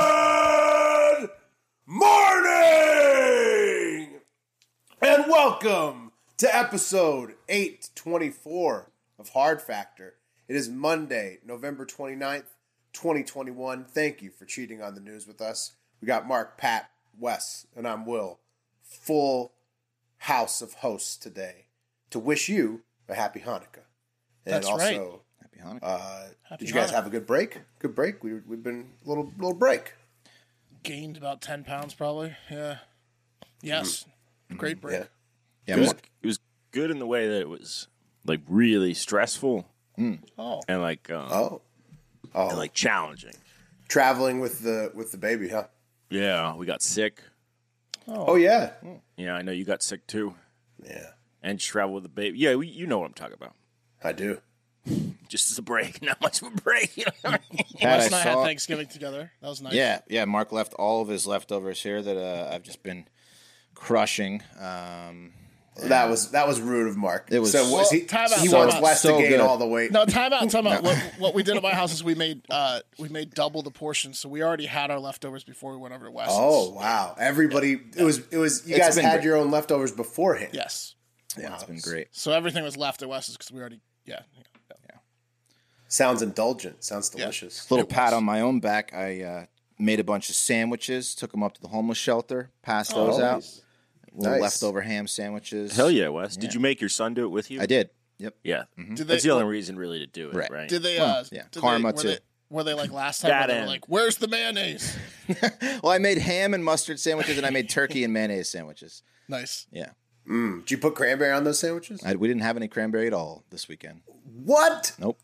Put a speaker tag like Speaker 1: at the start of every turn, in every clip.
Speaker 1: Good morning and welcome to episode 824 of Hard Factor. It is Monday, November 29th, 2021. Thank you for cheating on the news with us. We got Mark, Pat, Wes, and I'm Will. Full house of hosts today to wish you a happy Hanukkah. And
Speaker 2: That's
Speaker 1: also,
Speaker 2: right.
Speaker 3: Happy Hanukkah.
Speaker 1: Uh, did you guys
Speaker 2: Hanukkah.
Speaker 1: have a good break? Good break. We we've been a little little break.
Speaker 2: gained about 10 pounds probably yeah yes great break
Speaker 1: Yeah.
Speaker 3: Mm-hmm. yeah,
Speaker 1: Good.
Speaker 3: more-
Speaker 4: it was good in the way that it was like really stressful
Speaker 2: oh
Speaker 4: and like um,
Speaker 1: Oh,
Speaker 4: and like challenging.
Speaker 1: traveling with the with the baby, huh?
Speaker 4: Yeah, we got sick.
Speaker 1: Oh yeah,
Speaker 2: Hmm.
Speaker 4: Yeah, I know you got sick too,
Speaker 1: yeah.
Speaker 4: and travel with the baby. Yeah, we, you know what I'm talking about.
Speaker 1: I do.
Speaker 4: Just as a break, not much of a break. You know what I mean?
Speaker 3: Pat, I
Speaker 2: last night had
Speaker 3: saw-
Speaker 2: thanksgiving together that was nice
Speaker 3: yeah, yeah. Mark left all of his leftovers here that uh, I've just been crushing. Um,
Speaker 1: That was that was rude of Mark.
Speaker 3: It was-
Speaker 1: so was he?
Speaker 2: Time out,
Speaker 1: he
Speaker 2: time
Speaker 1: wants
Speaker 2: out.
Speaker 1: Wes
Speaker 3: So
Speaker 1: to gain
Speaker 3: good.
Speaker 1: all the weight.
Speaker 2: no time out time out what, what we did at my house is we made uh we made double the portion so we already had our leftovers before we went over to west
Speaker 1: Oh wow! Everybody, it was it was. You
Speaker 3: It's
Speaker 1: guys
Speaker 3: been
Speaker 1: had
Speaker 3: great.
Speaker 1: your own leftovers beforehand.
Speaker 2: yes
Speaker 3: yeah, it's been great.
Speaker 2: so everything was left at west's because we already yeah, yeah.
Speaker 1: Sounds indulgent. Sounds delicious.
Speaker 3: Little pat on my own back. I uh, made a bunch of sandwiches, took them up to the homeless shelter, passed those out. Little
Speaker 1: Nice.
Speaker 3: leftover ham sandwiches.
Speaker 4: Hell yeah, Wes. Did you make your son do it with you?
Speaker 3: I did. Yep.
Speaker 4: Yeah,
Speaker 2: Did
Speaker 4: that's
Speaker 2: they-
Speaker 4: the only reason really to do it, right?
Speaker 3: Right.
Speaker 2: did they
Speaker 3: Mm-hmm. Well,
Speaker 2: uh
Speaker 3: yeah,
Speaker 2: did
Speaker 3: karma
Speaker 2: they, were
Speaker 3: too.
Speaker 2: they, were they like last time where
Speaker 4: That
Speaker 2: they were
Speaker 4: and-
Speaker 2: like where's the mayonnaise
Speaker 3: Well, I made ham and mustard sandwiches, and I made turkey and mayonnaise sandwiches.
Speaker 2: nice
Speaker 3: Yeah,
Speaker 1: Did you put cranberry on those sandwiches?
Speaker 3: I, we didn't have any cranberry at all this weekend.
Speaker 1: What?
Speaker 3: Nope.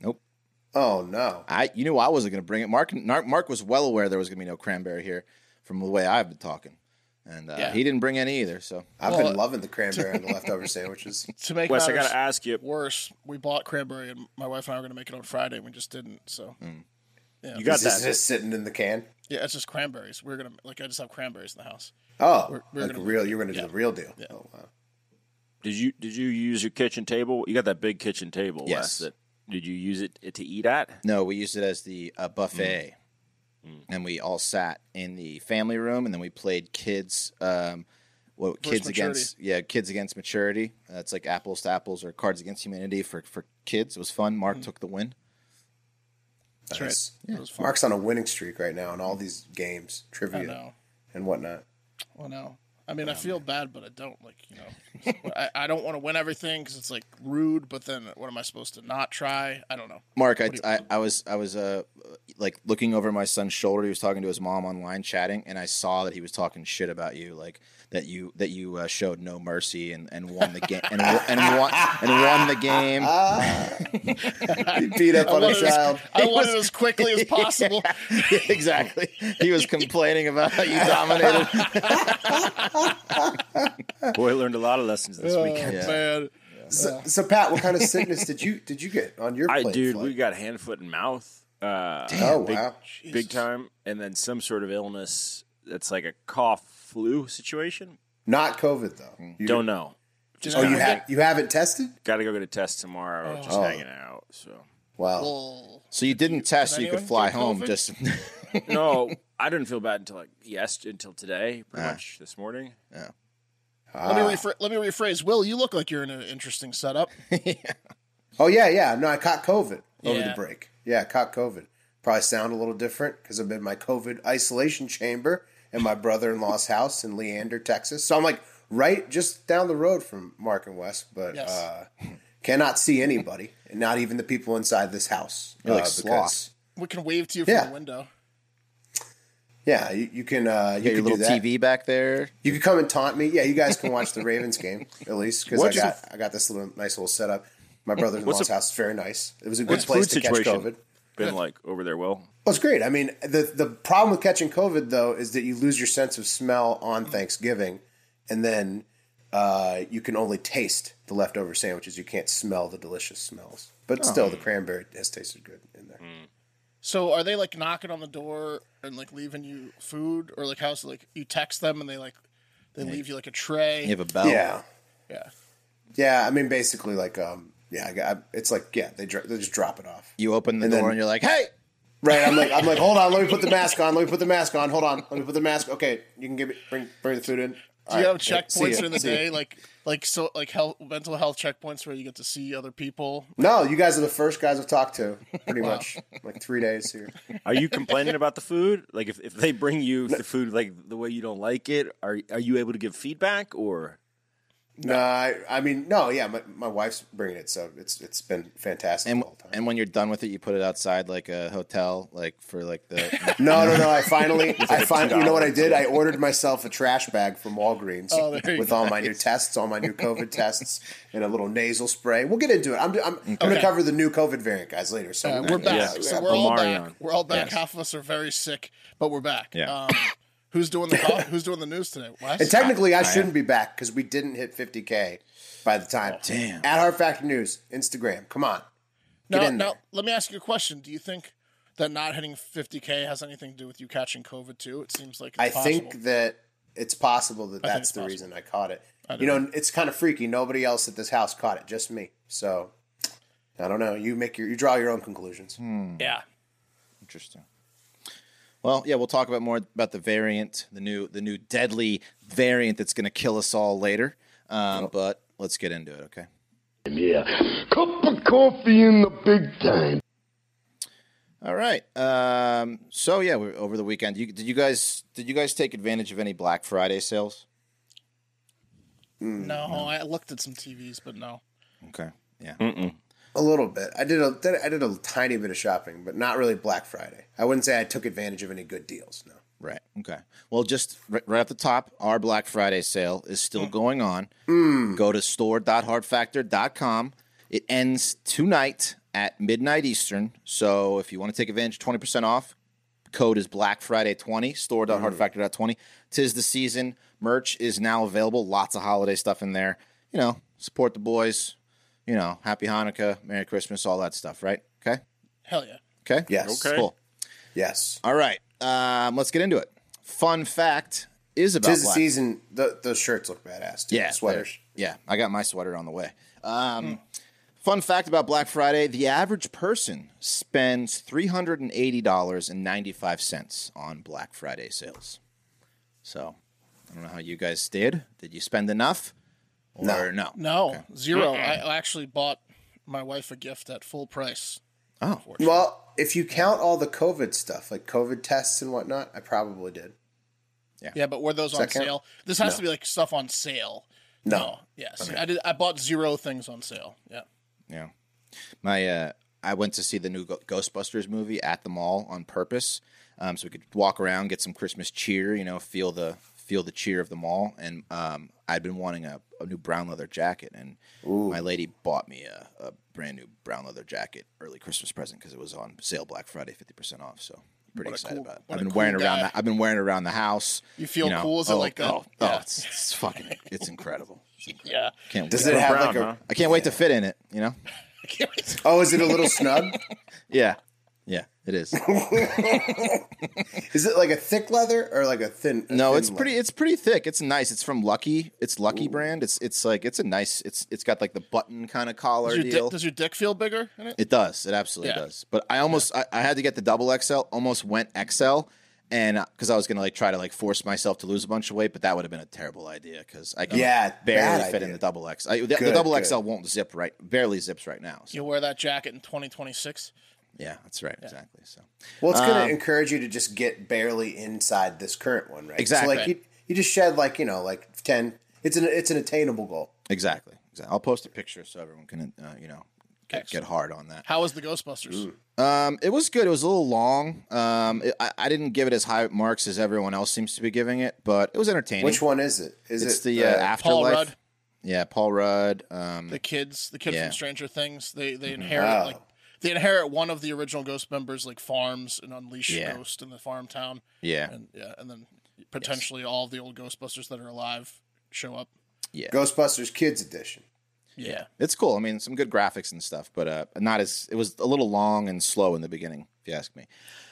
Speaker 3: Nope.
Speaker 1: Oh no!
Speaker 3: I you knew I wasn't going to bring it. Mark, Mark Mark was well aware there was going to be no cranberry here from the way I've been talking, and uh,
Speaker 2: Yeah.
Speaker 3: he didn't bring any either. So
Speaker 1: I've
Speaker 2: Well,
Speaker 1: been loving the cranberry on the leftover sandwiches.
Speaker 2: to make
Speaker 4: Wes, I
Speaker 2: matters
Speaker 4: gotta ask you.
Speaker 2: worse we bought cranberry and my wife and i were gonna make it on friday and we just didn't so
Speaker 4: You got
Speaker 1: Is this
Speaker 4: that?
Speaker 1: just sitting in the can?
Speaker 2: Yeah, it's just cranberries. We're gonna like I just have cranberries in the house.
Speaker 1: Oh,
Speaker 2: we're
Speaker 1: like
Speaker 2: gonna-
Speaker 1: real. You're going to do
Speaker 2: yeah.
Speaker 1: the real deal. Oh wow.
Speaker 4: Did you did you use your kitchen table? You got that big kitchen table,
Speaker 3: Yes.
Speaker 4: Wes. That, did you use it to eat at?
Speaker 3: no, we used it as the uh, buffet, and we all sat in the family room, and then we played kids. Um, well, kids against yeah, kids against maturity. Uh, it's like apples to apples or Cards Against Humanity for for kids. It was fun. Mark took the win.
Speaker 2: That's
Speaker 1: Nice.
Speaker 2: right. It was fun.
Speaker 1: Mark's on a winning streak right now in all these games,
Speaker 2: I
Speaker 1: trivia,
Speaker 2: know.
Speaker 1: and whatnot.
Speaker 2: Well, no. I mean, I feel bad, but I don't like you know. I, I don't want to win everything because it's like rude. But then, what am I supposed to not try? I don't know.
Speaker 3: Mark, I, I, I was I was uh like looking over my son's shoulder. He was talking to his mom online chatting, and I saw that he was talking shit about you, like that you that you uh, showed no mercy and, and won the game and, wo- and won and won the game.
Speaker 1: Ah. He beat up on a
Speaker 2: wanted it as-
Speaker 1: child.
Speaker 2: I want it as quickly as possible.
Speaker 3: exactly. He was complaining about how you dominated.
Speaker 4: Boy, I learned a lot of lessons
Speaker 2: uh,
Speaker 4: this weekend.
Speaker 3: Yeah.
Speaker 2: Oh, Man,
Speaker 1: So, so, Pat, what kind of sickness did you did you get on your
Speaker 4: I
Speaker 1: plate?
Speaker 4: dude,
Speaker 1: Flo?
Speaker 4: we got hand, foot, and mouth. Uh,
Speaker 1: oh
Speaker 4: big,
Speaker 1: wow,
Speaker 4: big time, and then some sort of illness that's like a cough flu situation.
Speaker 1: not COVID though. You,
Speaker 4: Don't know.
Speaker 2: Just
Speaker 1: oh,
Speaker 2: kinda
Speaker 1: you
Speaker 2: get-
Speaker 1: have you haven't tested?
Speaker 4: Got to go get a test tomorrow. Just hanging out. So
Speaker 1: Wow.
Speaker 2: well,
Speaker 3: So you didn't test, so you could
Speaker 2: anyone
Speaker 3: fly
Speaker 2: get
Speaker 3: home.
Speaker 2: COVID?
Speaker 3: Just
Speaker 4: no, I didn't feel bad until like yes, until today, pretty much this morning.
Speaker 2: let me rephr- let me rephrase. Will, you look like you're in an interesting setup.
Speaker 1: oh yeah, yeah. No, I caught COVID over the
Speaker 2: Yeah.
Speaker 1: break. Yeah, I caught COVID. Probably sound a little different because I'm in my COVID isolation chamber in my brother in law's house in Leander, Texas. So I'm like right just down the road from Mark and West, but
Speaker 2: Yes.
Speaker 1: uh, cannot see anybody, and not even the people inside this house.
Speaker 3: You're like
Speaker 1: uh,
Speaker 3: sloth.
Speaker 2: We can wave to you from
Speaker 1: Yeah.
Speaker 2: the window.
Speaker 1: Yeah, you, you can. Uh, you
Speaker 3: You got your
Speaker 1: can
Speaker 3: little
Speaker 1: do that.
Speaker 3: TV back there.
Speaker 1: You can come and taunt me. Yeah, you guys can watch the Ravens game at least because I
Speaker 4: What's
Speaker 1: got I got this little nice little setup. My brother-in-law's
Speaker 4: What's the-
Speaker 1: house is very nice. It was a good
Speaker 4: What's
Speaker 1: place
Speaker 4: food
Speaker 1: to catch
Speaker 4: situation
Speaker 1: COVID.
Speaker 4: been like over there? Well,
Speaker 1: Well, it's great. I mean, the the problem with catching COVID though is that you lose your sense of smell on Thanksgiving, and then uh, you can only taste the leftover sandwiches. You can't smell the delicious smells. But
Speaker 4: Oh.
Speaker 1: still, the cranberry has tasted good in there.
Speaker 2: So are they like knocking on the door and like leaving you food or like how's like you text them and they like they leave you like a tray?
Speaker 3: You have a belt.
Speaker 1: Yeah,
Speaker 2: yeah.
Speaker 1: yeah. I mean, basically, like, um, yeah, I, I- it's like, yeah, they dr- they just drop it off.
Speaker 3: You open the
Speaker 1: And
Speaker 3: door
Speaker 1: then-
Speaker 3: and you're like, "Hey,
Speaker 1: Right. I'm like, I'm like, hold on, let me put the mask on. Let me put the mask on. Hold on, let me put the mask. Okay, you can give me bring bring the food in.
Speaker 2: Do you have checkpoints during the
Speaker 1: See ya.
Speaker 2: day, like like so like health mental health checkpoints where you get to see other people?
Speaker 1: No, you guys are the first guys I've talked to, pretty much. Like three days here.
Speaker 4: are you complaining about the food? Like, if, if they bring you the food like the way you don't like it, are are you able to give feedback or?
Speaker 1: No, I, I mean, no, yeah, my, my wife's bringing it, so it's it's been fantastic
Speaker 3: and
Speaker 1: the whole time.
Speaker 3: and when you're done with it, you put it outside like a hotel, like for like the
Speaker 1: no, no, no. I finally, I finally, you know what I did? I ordered myself a trash bag from Walgreens
Speaker 2: Oh, there you
Speaker 1: with
Speaker 2: go.
Speaker 1: all my new tests, all my new COVID tests, and a little nasal spray. We'll get into it. I'm, I'm, I'm going to
Speaker 2: Okay.
Speaker 1: cover the new COVID variant, guys, later. So
Speaker 2: Uh, we're back.
Speaker 4: Yeah.
Speaker 2: So we're all
Speaker 4: Omarion.
Speaker 2: back. We're all back. Half of us are very sick, but we're back.
Speaker 3: Yeah.
Speaker 2: Um, who's doing the call, who's doing the news today? Wes?
Speaker 1: And technically, I shouldn't be back because we didn't hit 50K by the time.
Speaker 3: damn.
Speaker 1: At Hard Factor News, Instagram. Come on.
Speaker 2: now,
Speaker 1: in
Speaker 2: now
Speaker 1: there.
Speaker 2: let me ask you a question. Do you think that not hitting 50k has anything to do with you catching COVID too? It seems like it's
Speaker 1: I
Speaker 2: possible.
Speaker 1: think that it's possible that that's
Speaker 2: it's
Speaker 1: the
Speaker 2: possible.
Speaker 1: reason I caught it. You know, it's kind of freaky. Nobody else at this house caught it, just me. So I don't know. You make your you draw your own conclusions.
Speaker 2: yeah.
Speaker 3: Interesting. Well, yeah, we'll talk about more about the variant, the new the new deadly variant that's going to kill us all later. Um, But let's get into it, okay?
Speaker 5: Yeah. Cup of coffee in the big time.
Speaker 3: All right. Um, so yeah, we over the weekend, you, did you guys did you guys take advantage of any Black Friday sales?
Speaker 2: No, I looked at some TVs, but no.
Speaker 3: Okay. Yeah.
Speaker 1: Hmm. A little bit. I did a did, I did a tiny bit of shopping, but not really Black Friday. I wouldn't say I took advantage of any good deals. No.
Speaker 3: Right. Okay. Well, just right, right off the top, our Black Friday sale is still going on. Go to store.hardfactor.com. It ends tonight at midnight Eastern. So if you want to take advantage, twenty percent off. Code is Black Friday twenty. Store.hardfactor.20. Tis the season. Merch is now available. Lots of holiday stuff in there. You know, support the boys. You know, Happy Hanukkah, Merry Christmas, all that stuff. Right? Okay.
Speaker 2: Hell yeah.
Speaker 3: Okay.
Speaker 1: Yes.
Speaker 4: Okay.
Speaker 3: Cool.
Speaker 1: Yes.
Speaker 3: All right, um, let's get into it. Fun fact is about
Speaker 1: Tis the
Speaker 3: Black-
Speaker 1: season. The those shirts look badass. Dude.
Speaker 3: Yeah,
Speaker 1: Sweaters.
Speaker 3: Yeah, I got my sweater on the way. Um, Fun fact about Black Friday: the average person spends three hundred and eighty dollars and ninety five cents on Black Friday sales. So, I don't know how you guys did. Did you spend enough? Or no.
Speaker 2: No, zero. I actually bought my wife a gift at full price.
Speaker 3: Oh,
Speaker 1: Well, if you count all the COVID stuff, like COVID tests and whatnot, I probably did.
Speaker 2: Yeah, but were those on
Speaker 1: Second?
Speaker 2: sale? This has to be like stuff on sale.
Speaker 1: No.
Speaker 2: Yes, I did. I bought zero things on sale. Yeah.
Speaker 3: Yeah. My uh I went to see the new Go- Ghostbusters movie at the mall on purpose. Um so we could walk around, get some Christmas cheer, you know, feel the feel the cheer of the mall and um I'd been wanting a, a new brown leather jacket and my lady bought me a, a brand new brown leather jacket early Christmas present because it was on sale Black Friday 50% off. So I'm
Speaker 2: What
Speaker 3: pretty
Speaker 2: a
Speaker 3: excited
Speaker 2: cool-
Speaker 3: about it.
Speaker 2: what
Speaker 3: I've
Speaker 2: a
Speaker 3: been
Speaker 2: cool
Speaker 3: wearing it around
Speaker 2: guy.
Speaker 3: the, I've been wearing it around the house.
Speaker 2: You feel cool? Is it
Speaker 3: oh,
Speaker 2: like that?
Speaker 3: Oh, oh,
Speaker 2: Yeah.
Speaker 3: it's, it's fucking it's incredible. It's incredible.
Speaker 2: Yeah.
Speaker 3: Can't
Speaker 1: Does
Speaker 3: wait.
Speaker 1: it have
Speaker 4: brown,
Speaker 1: like a?
Speaker 4: huh?
Speaker 3: I can't wait to fit in it, you know?
Speaker 1: Oh, is it a little snug?
Speaker 3: Yeah. Yeah, it is.
Speaker 1: Is it like a thick leather or like a thin? a
Speaker 3: No,
Speaker 1: thin
Speaker 3: it's pretty.
Speaker 1: leather?
Speaker 3: It's pretty thick. It's nice. It's from Lucky. It's Lucky brand. It's it's like it's a nice. It's it's got like the button kind of collar
Speaker 2: Does your,
Speaker 3: deal.
Speaker 2: dick, does your dick feel bigger in it?
Speaker 3: it does. It absolutely
Speaker 2: Yeah.
Speaker 3: does. But I almost I, I had to get the double XL. Almost went XL, and because I was gonna like try to like force myself to lose a bunch of weight, but that would have been a terrible idea because I can
Speaker 1: Yeah,
Speaker 3: barely
Speaker 1: bad
Speaker 3: fit in
Speaker 1: idea.
Speaker 3: the double X. I, the, the
Speaker 1: Good,
Speaker 3: double
Speaker 1: good.
Speaker 3: XL won't zip right. Barely zips right now. So,
Speaker 2: You'll wear that jacket in 2026.
Speaker 3: yeah, that's right. Exactly. So
Speaker 1: Well, it's
Speaker 3: um,
Speaker 1: going to encourage you to just get barely inside this current one, right?
Speaker 3: Exactly.
Speaker 1: So like you, you just shed like you know like ten. It's an it's an attainable goal.
Speaker 3: exactly. exactly. I'll post a picture so everyone can uh, you know get, get hard on that.
Speaker 2: How was the Ghostbusters?
Speaker 3: Um, it was good. It was a little long. Um, it, I, I didn't give it as high marks as everyone else seems to be giving it, but it was entertaining.
Speaker 1: Which one is it? Is
Speaker 3: It's
Speaker 1: it
Speaker 3: the uh,
Speaker 2: Paul
Speaker 3: afterlife.
Speaker 2: Rudd,
Speaker 3: Yeah, Paul Rudd. Um,
Speaker 2: the kids, the kid
Speaker 3: Yeah.
Speaker 2: from Stranger Things. They they inherit
Speaker 1: Wow.
Speaker 2: like they inherit one of the original Ghost members, like farms and unleash
Speaker 3: Yeah.
Speaker 2: Ghost in the farm town,
Speaker 3: yeah,
Speaker 2: and yeah, and then potentially all the old Ghostbusters that are alive show up.
Speaker 1: Ghostbusters Kids Edition?
Speaker 2: Yeah,
Speaker 3: it's cool. I mean, some good graphics and stuff, but uh, not as it was a little long and slow in the beginning, if you ask me.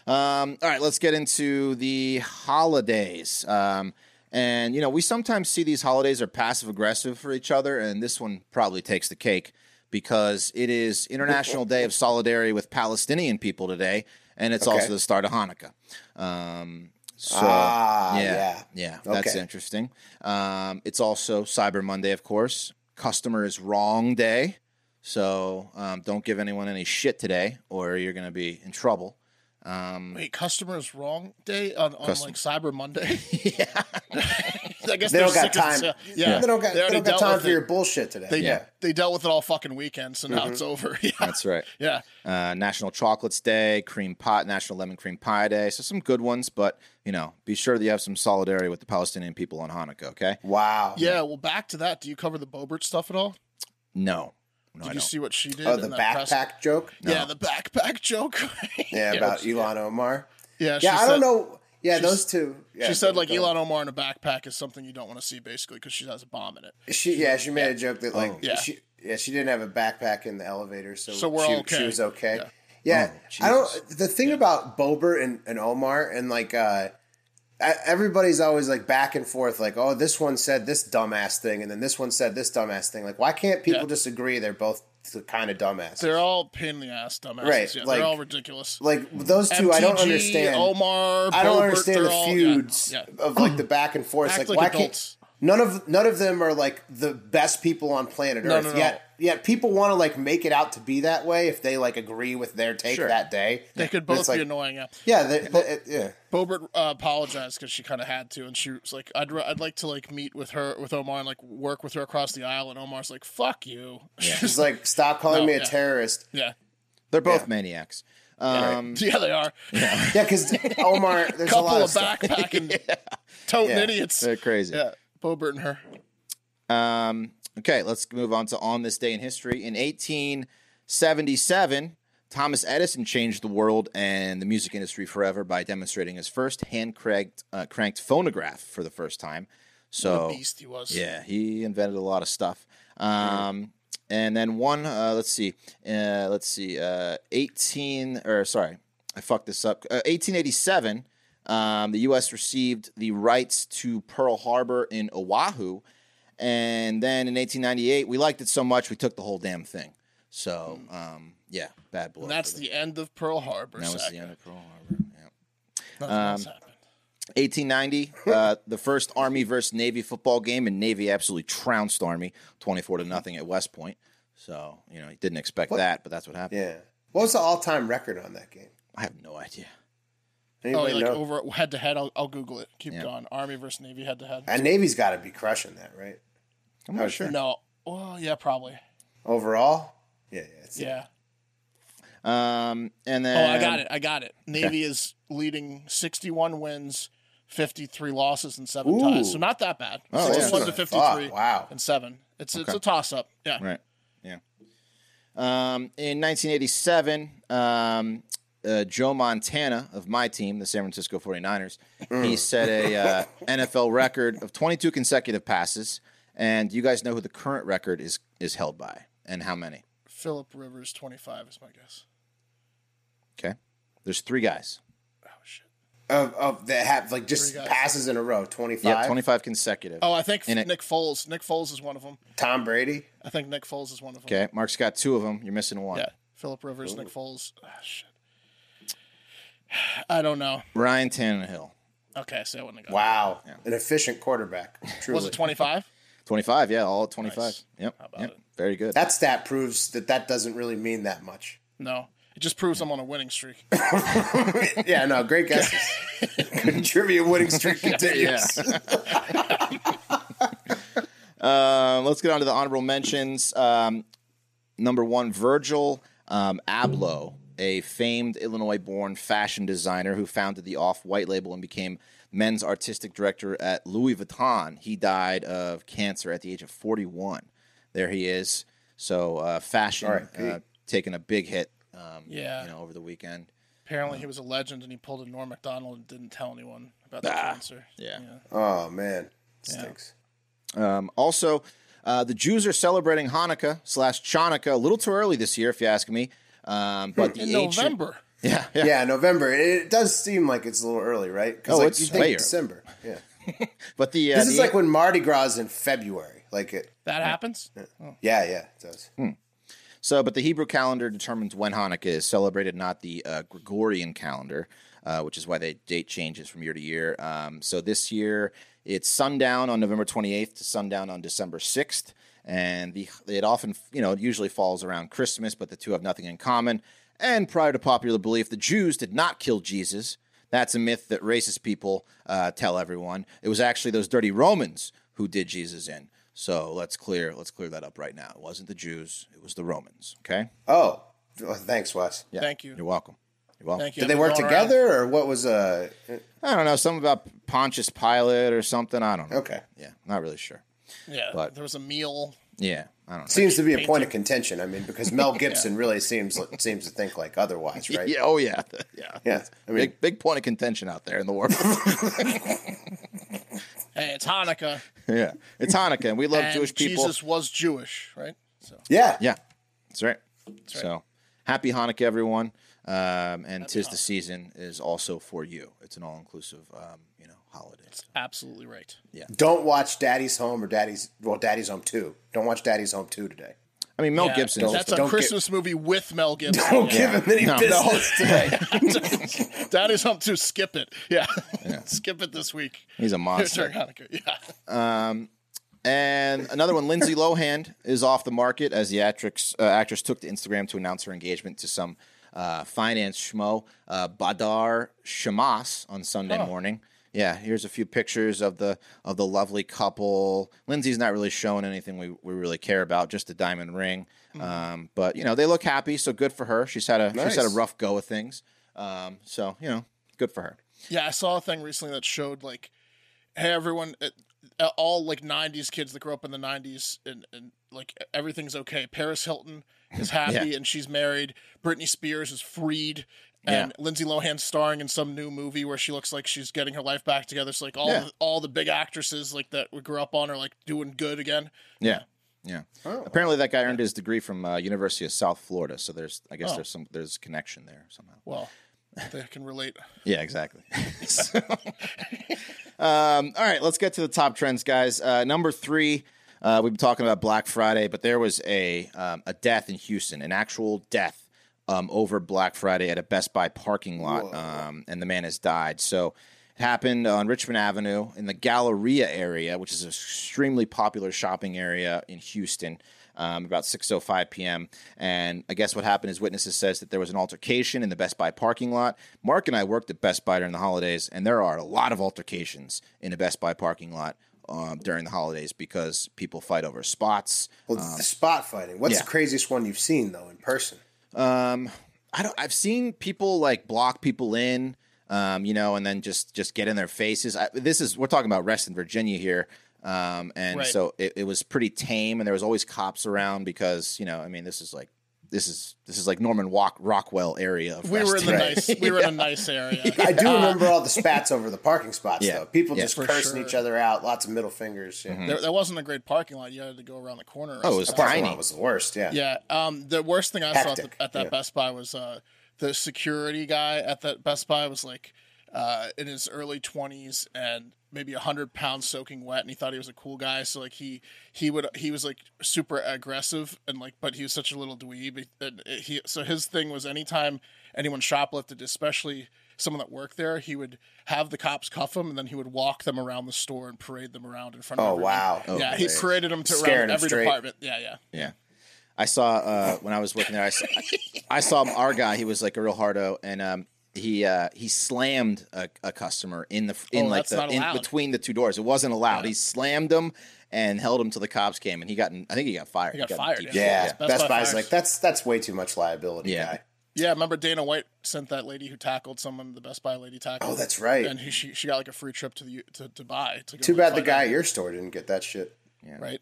Speaker 3: Um, all right, let's get into the holidays. Um, and you know, we sometimes see these holidays are passive aggressive for each other, and this one probably takes the cake because it is International Day of Solidarity with Palestinian people today, and it's
Speaker 1: Okay.
Speaker 3: also the start of Hanukkah. Um, so
Speaker 1: Ah,
Speaker 3: yeah,
Speaker 1: yeah.
Speaker 3: yeah, that's
Speaker 1: Okay.
Speaker 3: interesting. Um, it's also Cyber Monday, of course. Customer is wrong day, so um, don't give anyone any shit today, or you're going to be in trouble.
Speaker 1: Mm.
Speaker 2: wait, customers wrong day on, on like Cyber Monday. yeah, I guess
Speaker 1: They
Speaker 2: are
Speaker 1: don't got time.
Speaker 2: Yeah,
Speaker 1: They don't got, they
Speaker 2: already
Speaker 1: don't got
Speaker 2: dealt
Speaker 1: time
Speaker 2: with
Speaker 1: for
Speaker 2: it.
Speaker 1: your bullshit today.
Speaker 2: They,
Speaker 3: Yeah.
Speaker 2: they dealt with it all fucking weekend, so now
Speaker 1: Mm-hmm.
Speaker 2: it's over. Yeah,
Speaker 3: That's right.
Speaker 2: yeah.
Speaker 3: Uh, National Chocolates Day, Cream Pot, National Lemon Cream Pie Day. So some good ones, but you know, be sure that you have some solidarity with the Palestinian people on Hanukkah. Okay?
Speaker 1: Wow.
Speaker 2: Yeah, well, back to that. Do you cover the Bobert stuff at all?
Speaker 3: No,
Speaker 2: Did
Speaker 3: no, I
Speaker 2: you
Speaker 3: don't.
Speaker 2: see what she did?
Speaker 1: Oh,
Speaker 2: in
Speaker 1: the
Speaker 2: that press-
Speaker 1: backpack joke.
Speaker 2: Yeah, the backpack joke.
Speaker 1: Yeah, about Elon Omar.
Speaker 2: yeah. she
Speaker 1: Yeah, I
Speaker 2: said-
Speaker 1: don't know. Yeah, those two. Yeah,
Speaker 2: She said like
Speaker 1: go-
Speaker 2: Elon Omar in a backpack is something you don't want to see, basically, because she has a bomb in it.
Speaker 1: She yeah, she made a joke that like
Speaker 2: Yeah.
Speaker 1: she yeah she didn't have a backpack in the elevator, so,
Speaker 2: So we're
Speaker 1: she,
Speaker 2: all okay. Oh,
Speaker 1: she was okay. Yeah, I don't. The thing about Bobert and, and Omar and like uh, e- everybody's always like back and forth, like oh this one said this dumbass thing, and then this one said this dumbass thing. Like why can't people
Speaker 2: Yeah.
Speaker 1: just agree they're both kind of dumbass?
Speaker 2: They're all pain in the ass, dumbasses.
Speaker 1: Right,
Speaker 2: Yeah,
Speaker 1: like-
Speaker 2: they're all ridiculous.
Speaker 1: like those two, I don't
Speaker 2: MTG,
Speaker 1: understand.
Speaker 2: Omar,
Speaker 1: I don't
Speaker 2: Bobert,
Speaker 1: understand
Speaker 2: they're
Speaker 1: the
Speaker 2: all- yeah,
Speaker 1: feuds
Speaker 2: yeah.
Speaker 1: of like the back and forth. like,
Speaker 2: Act like
Speaker 1: why
Speaker 2: adults.
Speaker 1: can't none of none of them are like the best people on planet Earth?
Speaker 2: no, no.
Speaker 1: Yet, yet people want to like make it out to be that way if they like agree with their take that day.
Speaker 2: They could
Speaker 1: But it's
Speaker 2: both be
Speaker 1: like,
Speaker 2: annoying. Yeah.
Speaker 1: Yeah, they, they, yeah.
Speaker 2: Bobert uh, apologized because she kind of had to, and she was like, "I'd ra- I'd like to like meet with her with Omar and like work with her across the aisle." And Omar's like, "Fuck you."
Speaker 1: It's like stop calling
Speaker 2: No,
Speaker 1: me a
Speaker 2: yeah.
Speaker 1: terrorist.
Speaker 2: yeah.
Speaker 3: They're both maniacs. Um,
Speaker 2: Yeah, they are.
Speaker 1: Yeah, because Omar, there's a
Speaker 2: Couple
Speaker 1: lot
Speaker 2: of,
Speaker 1: of stuff.
Speaker 2: backpacking, toting
Speaker 1: Yeah.
Speaker 2: idiots.
Speaker 3: They're crazy.
Speaker 2: Yeah, Bobert and her.
Speaker 3: Um, okay, let's move on to on this day in history. In 1877, Thomas Edison changed the world and the music industry forever by demonstrating his first hand cranked uh, cranked phonograph for the first time. So
Speaker 2: Beast he was.
Speaker 3: yeah, he invented a lot of stuff. Um, and then one, uh, let's see, uh, let's see, uh, eighteen or sorry, I fucked this up. Uh, Eighteen eighty-seven, um, the U.S. received the rights to Pearl Harbor in Oahu, and then in eighteen ninety-eight, we liked it so much we took the whole damn thing. So um, yeah, bad blow.
Speaker 2: And that's
Speaker 3: for
Speaker 2: the end of Pearl Harbor.
Speaker 3: that was
Speaker 2: saga.
Speaker 3: the end Um, of Pearl Harbor. Yeah.
Speaker 2: Nothing else happened.
Speaker 3: 1890, uh, the first Army versus Navy football game, and Navy absolutely trounced Army 24 to nothing at West Point. So, you know, you didn't expect that, but that's what happened.
Speaker 1: Yeah. What was the all-time record on that game?
Speaker 3: I have no idea.
Speaker 2: Oh,
Speaker 1: Anybody
Speaker 2: like
Speaker 1: know?
Speaker 2: over head to head. I'll, I'll Google it. Keep going. Army versus Navy head to head.
Speaker 1: and Navy's got to be crushing that, right?
Speaker 3: I'm not sure.
Speaker 2: No. Well, yeah, probably.
Speaker 1: Overall, yeah, yeah, it's-
Speaker 2: Yeah.
Speaker 3: Um, and
Speaker 2: Oh,
Speaker 3: then
Speaker 2: I got it. I got it. Navy is leading 61 wins, 53 losses, and seven ties. So not that bad.
Speaker 3: Oh, yeah.
Speaker 2: 61 to
Speaker 1: That's what
Speaker 2: 53.
Speaker 1: I thought. Wow.
Speaker 2: And seven. It's it's a toss up. Yeah.
Speaker 3: Right. Yeah. Um, in 1987, um, uh, Joe Montana of my team, the San Francisco 49ers, he set a uh, NFL record of 22 consecutive passes. And you guys know who the current record is is held by and how many?
Speaker 2: Philip Rivers 25 is my guess.
Speaker 3: Okay. There's three guys.
Speaker 1: of, of that have like just
Speaker 2: Three guys.
Speaker 1: passes in a row, twenty five.
Speaker 3: Yeah, 25 consecutive.
Speaker 2: Oh, I think
Speaker 3: In it.
Speaker 2: Nick Foles. Nick Foles is one of them.
Speaker 1: Tom Brady.
Speaker 2: I think Nick Foles is one of them.
Speaker 3: Okay. Mark's got two of them. You're missing one.
Speaker 2: Yeah. Philip Rivers, Nick Foles. Ah, shit. I don't know.
Speaker 3: Ryan Tannehill.
Speaker 2: Okay, so I wouldn't have got
Speaker 1: Wow, an efficient quarterback.
Speaker 2: it.
Speaker 1: Truly,
Speaker 2: Was it 25?
Speaker 3: 25. Yeah, all at 25. Yep. yep. Very good.
Speaker 1: that stat proves that that doesn't really mean that much.
Speaker 2: No. It just proves I'm on a winning streak.
Speaker 1: yeah, no, great guesses. Good trivia winning streak continues.
Speaker 3: Uh, Um, let's get on to the honorable mentions. Um, number one, Virgil um, Abloh, a famed Illinois born fashion designer who founded the Off White label and became men's artistic director at Louis Vuitton. He died of cancer at the age of 41. There he is. So, uh, fashion uh, taking a big hit um,
Speaker 2: Yeah.
Speaker 3: you know, over the weekend.
Speaker 2: Apparently, he was a legend, and he pulled a Norm Macdonald and didn't tell anyone about the cancer.
Speaker 3: Ah. Yeah.
Speaker 6: Oh man, stinks.
Speaker 3: Um, also, uh, the Jews are celebrating Hanukkah slash Chanukah a little too early this year, if you ask me. Um, but the
Speaker 2: In
Speaker 3: ancient,
Speaker 2: November,
Speaker 3: yeah,
Speaker 6: Yeah.
Speaker 3: yeah.
Speaker 6: November. It, it does seem like it's a little early, right? Because
Speaker 3: Oh,
Speaker 6: like
Speaker 3: it's
Speaker 6: you think
Speaker 3: way early.
Speaker 6: December. Yeah.
Speaker 3: But the uh,
Speaker 6: This is
Speaker 3: the-
Speaker 6: like when Mardi Gras is in February. Like it.
Speaker 2: that happens.
Speaker 6: Yeah, yeah, it does.
Speaker 3: So, but the Hebrew calendar determines when Hanukkah is celebrated, not the uh, Gregorian calendar, uh, which is why the date changes from year to year. Um, so this year, it's sundown on November 28th to sundown on December 6th, and the it often, you know, it usually falls around Christmas, but the two have nothing in common. And prior to popular belief, the Jews did not kill Jesus. That's a myth that racist people uh, tell everyone. It was actually those dirty Romans who did Jesus in. So let's clear let's clear that up right now. It wasn't the Jews, it was the Romans. Okay,
Speaker 6: Oh, well, thanks, Wes.
Speaker 3: yeah.
Speaker 2: Thank you.
Speaker 3: You're welcome. You're welcome.
Speaker 2: Thank you.
Speaker 6: Did they
Speaker 2: I've
Speaker 6: work
Speaker 2: been going
Speaker 6: together, or what was uh?
Speaker 3: I don't know something about Pontius Pilate or something. I don't know.
Speaker 6: Okay,
Speaker 3: Yeah, not really sure.
Speaker 2: around. Yeah,
Speaker 3: But-
Speaker 2: there was a meal.
Speaker 3: Yeah, I don't know.
Speaker 6: seems to be a point of contention. I mean, because Mel Gibson really seems seems to think like otherwise, right?
Speaker 3: Yeah. Oh yeah. yeah.
Speaker 6: Yeah. I mean,
Speaker 3: Big big point of contention out there in the world.
Speaker 2: Hey, it's Hanukkah,
Speaker 3: yeah. It's Hanukkah, and we love
Speaker 2: and
Speaker 3: Jewish people.
Speaker 2: Jesus was Jewish, right? So
Speaker 6: yeah.
Speaker 3: Yeah, that's right. So happy Hanukkah, everyone. Um, and tis the season is also for you. It's an all inclusive, um, you know, holiday.
Speaker 2: absolutely right.
Speaker 6: Don't watch Daddy's Home or Daddy's well, Daddy's Home Two. Don't watch Daddy's Home Two today.
Speaker 3: I mean, Mel
Speaker 2: Yeah,
Speaker 3: Gibson. is
Speaker 2: That's
Speaker 3: just
Speaker 2: a
Speaker 6: give-
Speaker 2: Christmas movie with Mel Gibson.
Speaker 6: Don't
Speaker 2: Yeah.
Speaker 6: give him any business today.
Speaker 2: Daddy's home to skip it. Yeah, skip it this week.
Speaker 3: He's a monster.
Speaker 2: During Hanukkah. Yeah.
Speaker 3: And another one, Lindsay Lohan is off the market as the actress, uh, actress took to Instagram to announce her engagement to some uh, finance schmo, uh, Badar Shamas, on Sunday morning. Yeah, here's a few pictures of the of the lovely couple. Lindsay's not really showing anything we, we really care about, just a diamond ring. Um, but you know they look happy, so good for her. She's had a she's had a
Speaker 6: Nice.
Speaker 3: rough go of things. Um, so you know, good for her.
Speaker 2: Yeah, I saw a thing recently that showed like, hey, everyone, it, uh, all like '90s kids that grew up in the '90s, and, and like e, everything's okay. Paris Hilton is happy and she's married. Britney Spears is freed, and Lindsay Lohan's starring in some new movie where she looks like she's getting her life back together. So like all
Speaker 3: Yeah.
Speaker 2: the, all the big actresses like that we grew up on are like doing good again.
Speaker 3: Yeah. Yeah. Apparently, that guy earned his degree from uh, University of South Florida. So there's, I guess there's some there's connection there somehow.
Speaker 2: Well, they can relate.
Speaker 3: Yeah, exactly. So- um, all right, let's get to the top trends, guys. Uh, number three, uh, we've been talking about Black Friday, but there was a um, a death in Houston, an actual death um, over Black Friday at a Best Buy parking lot, um, and the man has died. So it happened on Richmond Avenue in the Galleria area, which is an extremely popular shopping area in Houston um, about 6:05 p.m. And I guess what happened is witnesses says that there was an altercation in the Best Buy parking lot. Mark and I worked at Best Buy during the holidays, and there are a lot of altercations in a Best Buy parking lot um, during the holidays because people fight over spots.
Speaker 6: Well, the spot fighting. What's
Speaker 3: yeah.
Speaker 6: the craziest one you've seen though in person?
Speaker 3: Um, I don't. I've seen people like block people in, um, you know, and then just just get in their faces. I, this is we're talking about Reston, Virginia here, um, and
Speaker 2: Right.
Speaker 3: so it, it was pretty tame, and there was always cops around because you know, I mean, this is like this is this is like Norman Walk Rockwell area. Of
Speaker 2: We were in the
Speaker 3: Reston.
Speaker 2: nice. We were in a nice area.
Speaker 6: I do remember all the spats over the parking spots
Speaker 3: Yeah.
Speaker 6: though. People
Speaker 3: Yeah. Mm-hmm.
Speaker 6: just
Speaker 2: For
Speaker 6: cursing
Speaker 2: sure.
Speaker 6: each other out. Lots of middle fingers. Yeah.
Speaker 2: There, there wasn't a great parking lot. You had to go around the corner.
Speaker 3: Oh, it was
Speaker 6: The parking
Speaker 3: tiny.
Speaker 6: lot was the worst. Yeah.
Speaker 2: Yeah. Um, the worst thing I saw at,
Speaker 6: Hectic,
Speaker 2: the, at that
Speaker 6: yeah.
Speaker 2: Best Buy was uh, the security guy at that Best Buy was like uh, in his early twenties and maybe hundred pounds soaking wet, and he thought he was a cool guy. So like he he would he was like super aggressive and like, but he was such a little dweeb. And he so his thing was anytime anyone shoplifted, especially someone that worked there, he would have the cops cuff him and then he would walk them around the store and parade them around in front of
Speaker 6: Oh,
Speaker 2: everyone.
Speaker 6: wow. Oh,
Speaker 2: yeah he
Speaker 3: hilarious.
Speaker 2: paraded them to
Speaker 6: Scaring
Speaker 2: around
Speaker 6: 'em
Speaker 2: every
Speaker 6: straight.
Speaker 2: department yeah yeah
Speaker 3: Yeah. I saw uh, when I was working there. I saw, I saw our guy. He was like a real hardo, and um, he uh, he slammed a, a customer in the in
Speaker 2: Oh,
Speaker 3: like
Speaker 2: that's
Speaker 3: the
Speaker 2: not
Speaker 3: in
Speaker 2: allowed.
Speaker 3: between the two doors. It wasn't allowed. He slammed him and held him till the cops came, and he got in- I think he got fired.
Speaker 2: He got fired,
Speaker 3: deep-
Speaker 1: Yeah,
Speaker 2: yeah. Best
Speaker 1: Best,
Speaker 2: Buy
Speaker 1: Buy's
Speaker 2: fires.
Speaker 1: like that's that's way too much liability.
Speaker 3: Yeah.
Speaker 1: guy.
Speaker 2: Yeah, remember Dana White sent that lady who tackled someone, the Best Buy lady tackled.
Speaker 1: Oh, that's right.
Speaker 2: And he, she she got like a free trip to the U- to, to buy. To go
Speaker 1: Too
Speaker 2: to
Speaker 1: bad the
Speaker 2: fucking-
Speaker 1: guy at your store didn't get that shit.
Speaker 2: right.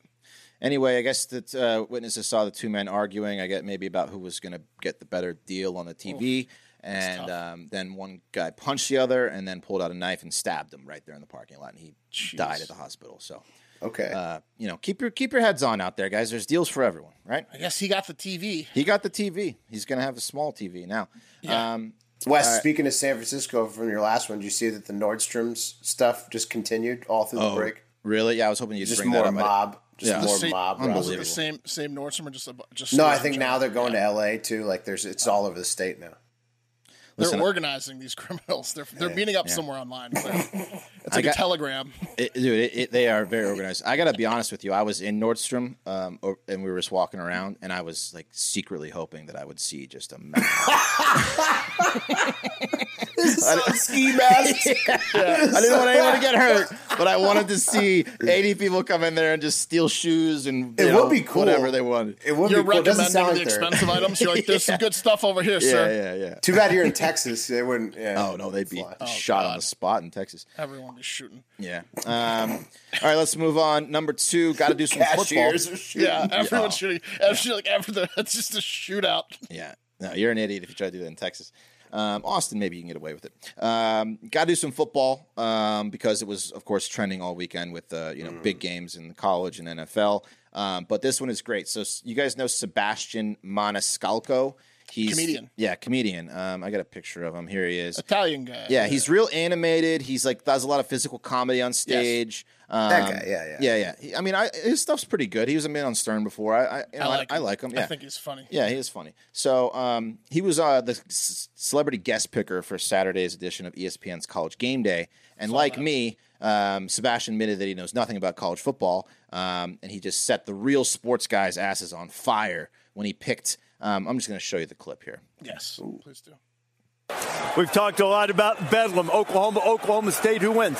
Speaker 3: Anyway, I guess that uh, witnesses saw the two men arguing. I get maybe about who was going to get the better deal on the TV, and um, then one guy punched the other, and then pulled out a knife and stabbed him right there in the parking lot, and he died at the hospital. So,
Speaker 1: Okay.
Speaker 3: uh, you know, keep your keep your heads on out there, guys. There's deals for everyone, right?
Speaker 2: I guess he got the TV.
Speaker 3: He got the TV. He's going to have a small TV now. Um,
Speaker 1: Wes, speaking of San Francisco from your last one, did you see that the Nordstrom's stuff just continued all through the break?
Speaker 3: really? Yeah, I was hoping you'd
Speaker 1: Just
Speaker 3: Oh, bring that
Speaker 1: more
Speaker 3: up. I-
Speaker 1: mob. Just
Speaker 3: Yeah.
Speaker 1: more
Speaker 2: Same,
Speaker 1: mob.
Speaker 2: was it
Speaker 1: robbery.
Speaker 2: the same same Nordstrom or just a, bu- just
Speaker 1: No, I
Speaker 2: stores in
Speaker 1: think
Speaker 2: general?
Speaker 1: now they're going to LA too. Like there's it's all over the state now.
Speaker 2: they're
Speaker 3: Listen,
Speaker 2: organizing these criminals. They're they're meeting up somewhere online. clearly. It's like
Speaker 3: got-
Speaker 2: a telegram.
Speaker 3: It, dude, it, it, they are very organized. I gotta be honest with you. I was in Nordstrom, um, or- and we were just walking around, and I was like secretly hoping that I would see just a man.
Speaker 1: ski mask.
Speaker 3: I didn't want anyone to get hurt, but I wanted to see eighty people come in there and just steal shoes and you
Speaker 1: It
Speaker 3: know,
Speaker 1: would be cool.
Speaker 3: whatever they wanted.
Speaker 1: It would
Speaker 2: You're
Speaker 1: be cool. It doesn't
Speaker 2: recommending
Speaker 1: sound
Speaker 2: the
Speaker 1: like they're.
Speaker 2: expensive items. You're like, there's some good stuff over here,
Speaker 3: yeah,
Speaker 2: sir.
Speaker 3: yeah, yeah.
Speaker 1: Too bad you're in Texas. They wouldn't. Yeah.
Speaker 3: Oh no, they'd be shot on the spot in Texas.
Speaker 2: Everyone is shooting.
Speaker 3: Yeah. Um, all right, let's move on. Number two, got to do some football.
Speaker 1: Cashiers are shooting.
Speaker 2: Yeah, everyone's shooting. Everyone's like, after the, it's just a shootout.
Speaker 3: Yeah. No, you're an idiot if you try to do that in Texas. Um, Austin, maybe you can get away with it. Um, Got to do some football um, because it was, of course, trending all weekend with uh, you know big games in college and NFL. Um, but this one is great. So s- you guys know Sebastian Maniscalco. He's
Speaker 2: Comedian.
Speaker 3: Yeah, comedian. Um, I got a picture of him. Here he is.
Speaker 2: Italian guy.
Speaker 3: Yeah, he's real animated. He's like does a lot of physical comedy on stage. Um,
Speaker 1: That guy, yeah, yeah.
Speaker 3: yeah, yeah. He- I mean, I, his stuff's pretty good. He was a man on Stern before. I, I, you know, I, like, I, like him. Yeah.
Speaker 2: I think he's funny.
Speaker 3: Yeah, he is funny. So um, he was uh, the c- celebrity guest picker for Saturday's edition of E ESPN's College Game Day, and like me, um, Sebastian admitted that he knows nothing about college football, um, and he just set the real sports guys' asses on fire when he picked. Um, I'm just going to show you the clip here.
Speaker 2: Yes, please do.
Speaker 7: We've talked a lot about Bedlam, Oklahoma, Oklahoma State. Who wins?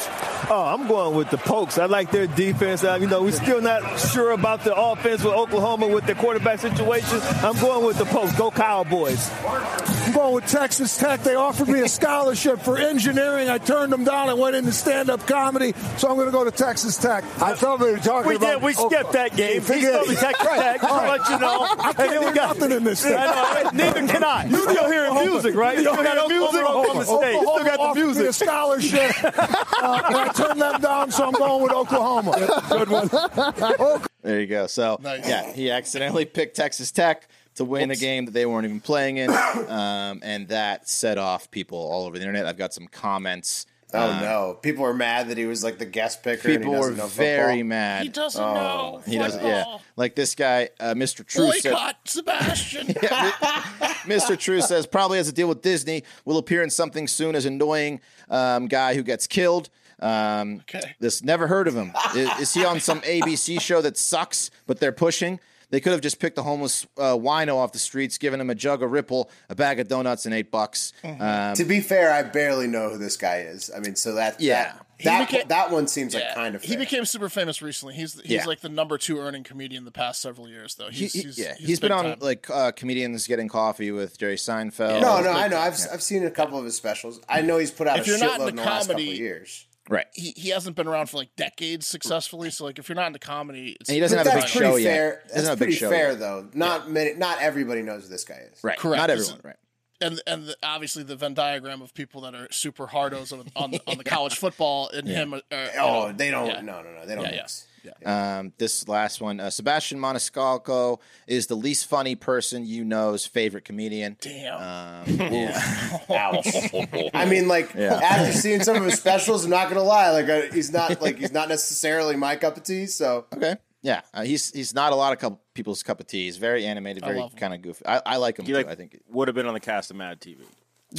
Speaker 7: Oh, I'm going with the Pokes. I like their defense. Uh, you know, we're still not sure about the offense with Oklahoma with the quarterback situation. I'm going with the Pokes. Go Cowboys.
Speaker 8: I'm going with Texas Tech. They offered me a scholarship for engineering. I turned them down. I went into stand-up comedy, so I'm going to go to Texas Tech. I thought we were talking
Speaker 7: We
Speaker 8: about.
Speaker 7: did. We skipped that game. He's going to Texas Tech. Just to let you know.
Speaker 8: I can't hear nothing in this thing.
Speaker 7: I know. Neither can I. You still hearing music, right? You still got music. Oklahoma State. You still
Speaker 8: Oklahoma
Speaker 7: got
Speaker 8: offered
Speaker 7: the
Speaker 8: me
Speaker 7: music.
Speaker 8: A scholarship, uh, and I turned them down, so I'm going with Oklahoma. Good one.
Speaker 3: There you go. So
Speaker 2: Nice.
Speaker 3: yeah, he accidentally picked Texas Tech to win a game that they weren't even playing in, um, and that set off people all over the internet. I've got some comments.
Speaker 1: Oh no! People were mad that he was like the guest picker.
Speaker 3: Uh,
Speaker 1: and
Speaker 3: People
Speaker 1: he
Speaker 3: were
Speaker 1: doesn't know
Speaker 3: very
Speaker 1: football.
Speaker 3: mad.
Speaker 2: He doesn't know.
Speaker 3: oh, He doesn't. Yeah, like this guy, uh, Mr. True said.
Speaker 2: Boycott Sebastian.
Speaker 3: Mr. True says probably has a deal with Disney. Will appear in something soon as annoying um, guy who gets killed. Um,
Speaker 2: Okay.
Speaker 3: This never heard of him. I- is, he on some ABC show that sucks? But they're pushing. They could have just picked a homeless uh, wino off the streets, given him a jug of Ripple, a bag of donuts, and eight bucks. Um,
Speaker 1: To be fair, I barely know who this guy is. I mean, so that
Speaker 3: Yeah.
Speaker 1: that that,
Speaker 2: became-
Speaker 1: that one seems
Speaker 2: Yeah.
Speaker 1: like kind of fair.
Speaker 2: He became super famous recently. He's he's
Speaker 3: Yeah.
Speaker 2: like the number two earning comedian the past several years, though.
Speaker 3: he,
Speaker 2: He's,
Speaker 3: he-
Speaker 2: he's,
Speaker 3: yeah,
Speaker 2: he's
Speaker 3: he's been
Speaker 2: big
Speaker 3: on
Speaker 2: time.
Speaker 3: like uh, comedians getting coffee with Jerry Seinfeld.
Speaker 1: no, no, I know. I've I've seen a couple of his specials. I know he's put out
Speaker 2: If
Speaker 1: a
Speaker 2: you're not
Speaker 1: shitload
Speaker 2: into
Speaker 1: in the last couple of
Speaker 2: comedy-
Speaker 1: years.
Speaker 3: right.
Speaker 2: he, he hasn't been around for like decades successfully. So like, if you're not into comedy, it's,
Speaker 3: And he doesn't
Speaker 1: But
Speaker 3: have a big
Speaker 1: that's pretty
Speaker 3: show yet.
Speaker 1: fair.
Speaker 3: Doesn't have
Speaker 1: That's
Speaker 3: a big
Speaker 1: pretty
Speaker 3: show
Speaker 1: fair
Speaker 3: yet.
Speaker 1: though. Not many, not everybody knows who this guy is.
Speaker 3: Right.
Speaker 2: Correct.
Speaker 3: Not
Speaker 2: This
Speaker 3: everyone.
Speaker 2: is-
Speaker 3: Right.
Speaker 2: and and the, obviously the Venn diagram of people that are super hardos on on, the- on the college football and him. uh, Are,
Speaker 1: Oh,
Speaker 2: are, you know,
Speaker 1: they don't.
Speaker 2: yeah.
Speaker 1: No, no, no. They don't.
Speaker 2: Yeah, yeah.
Speaker 1: mix.
Speaker 3: Um, this last one, uh, Sebastian Maniscalco is the least funny person you know's favorite comedian.
Speaker 2: Damn.
Speaker 3: uh,
Speaker 1: Ouch. I mean, like after seeing some of his specials, I'm not gonna lie. Like uh, he's not like he's not necessarily my cup of tea. So
Speaker 3: Okay, yeah, uh, he's he's not a lot of couple, people's cup of tea. He's very animated, very
Speaker 2: love him.
Speaker 3: kind of goofy. I, I like him
Speaker 4: He
Speaker 3: too.
Speaker 4: like
Speaker 3: I think.
Speaker 4: would have been on the cast of Mad TV.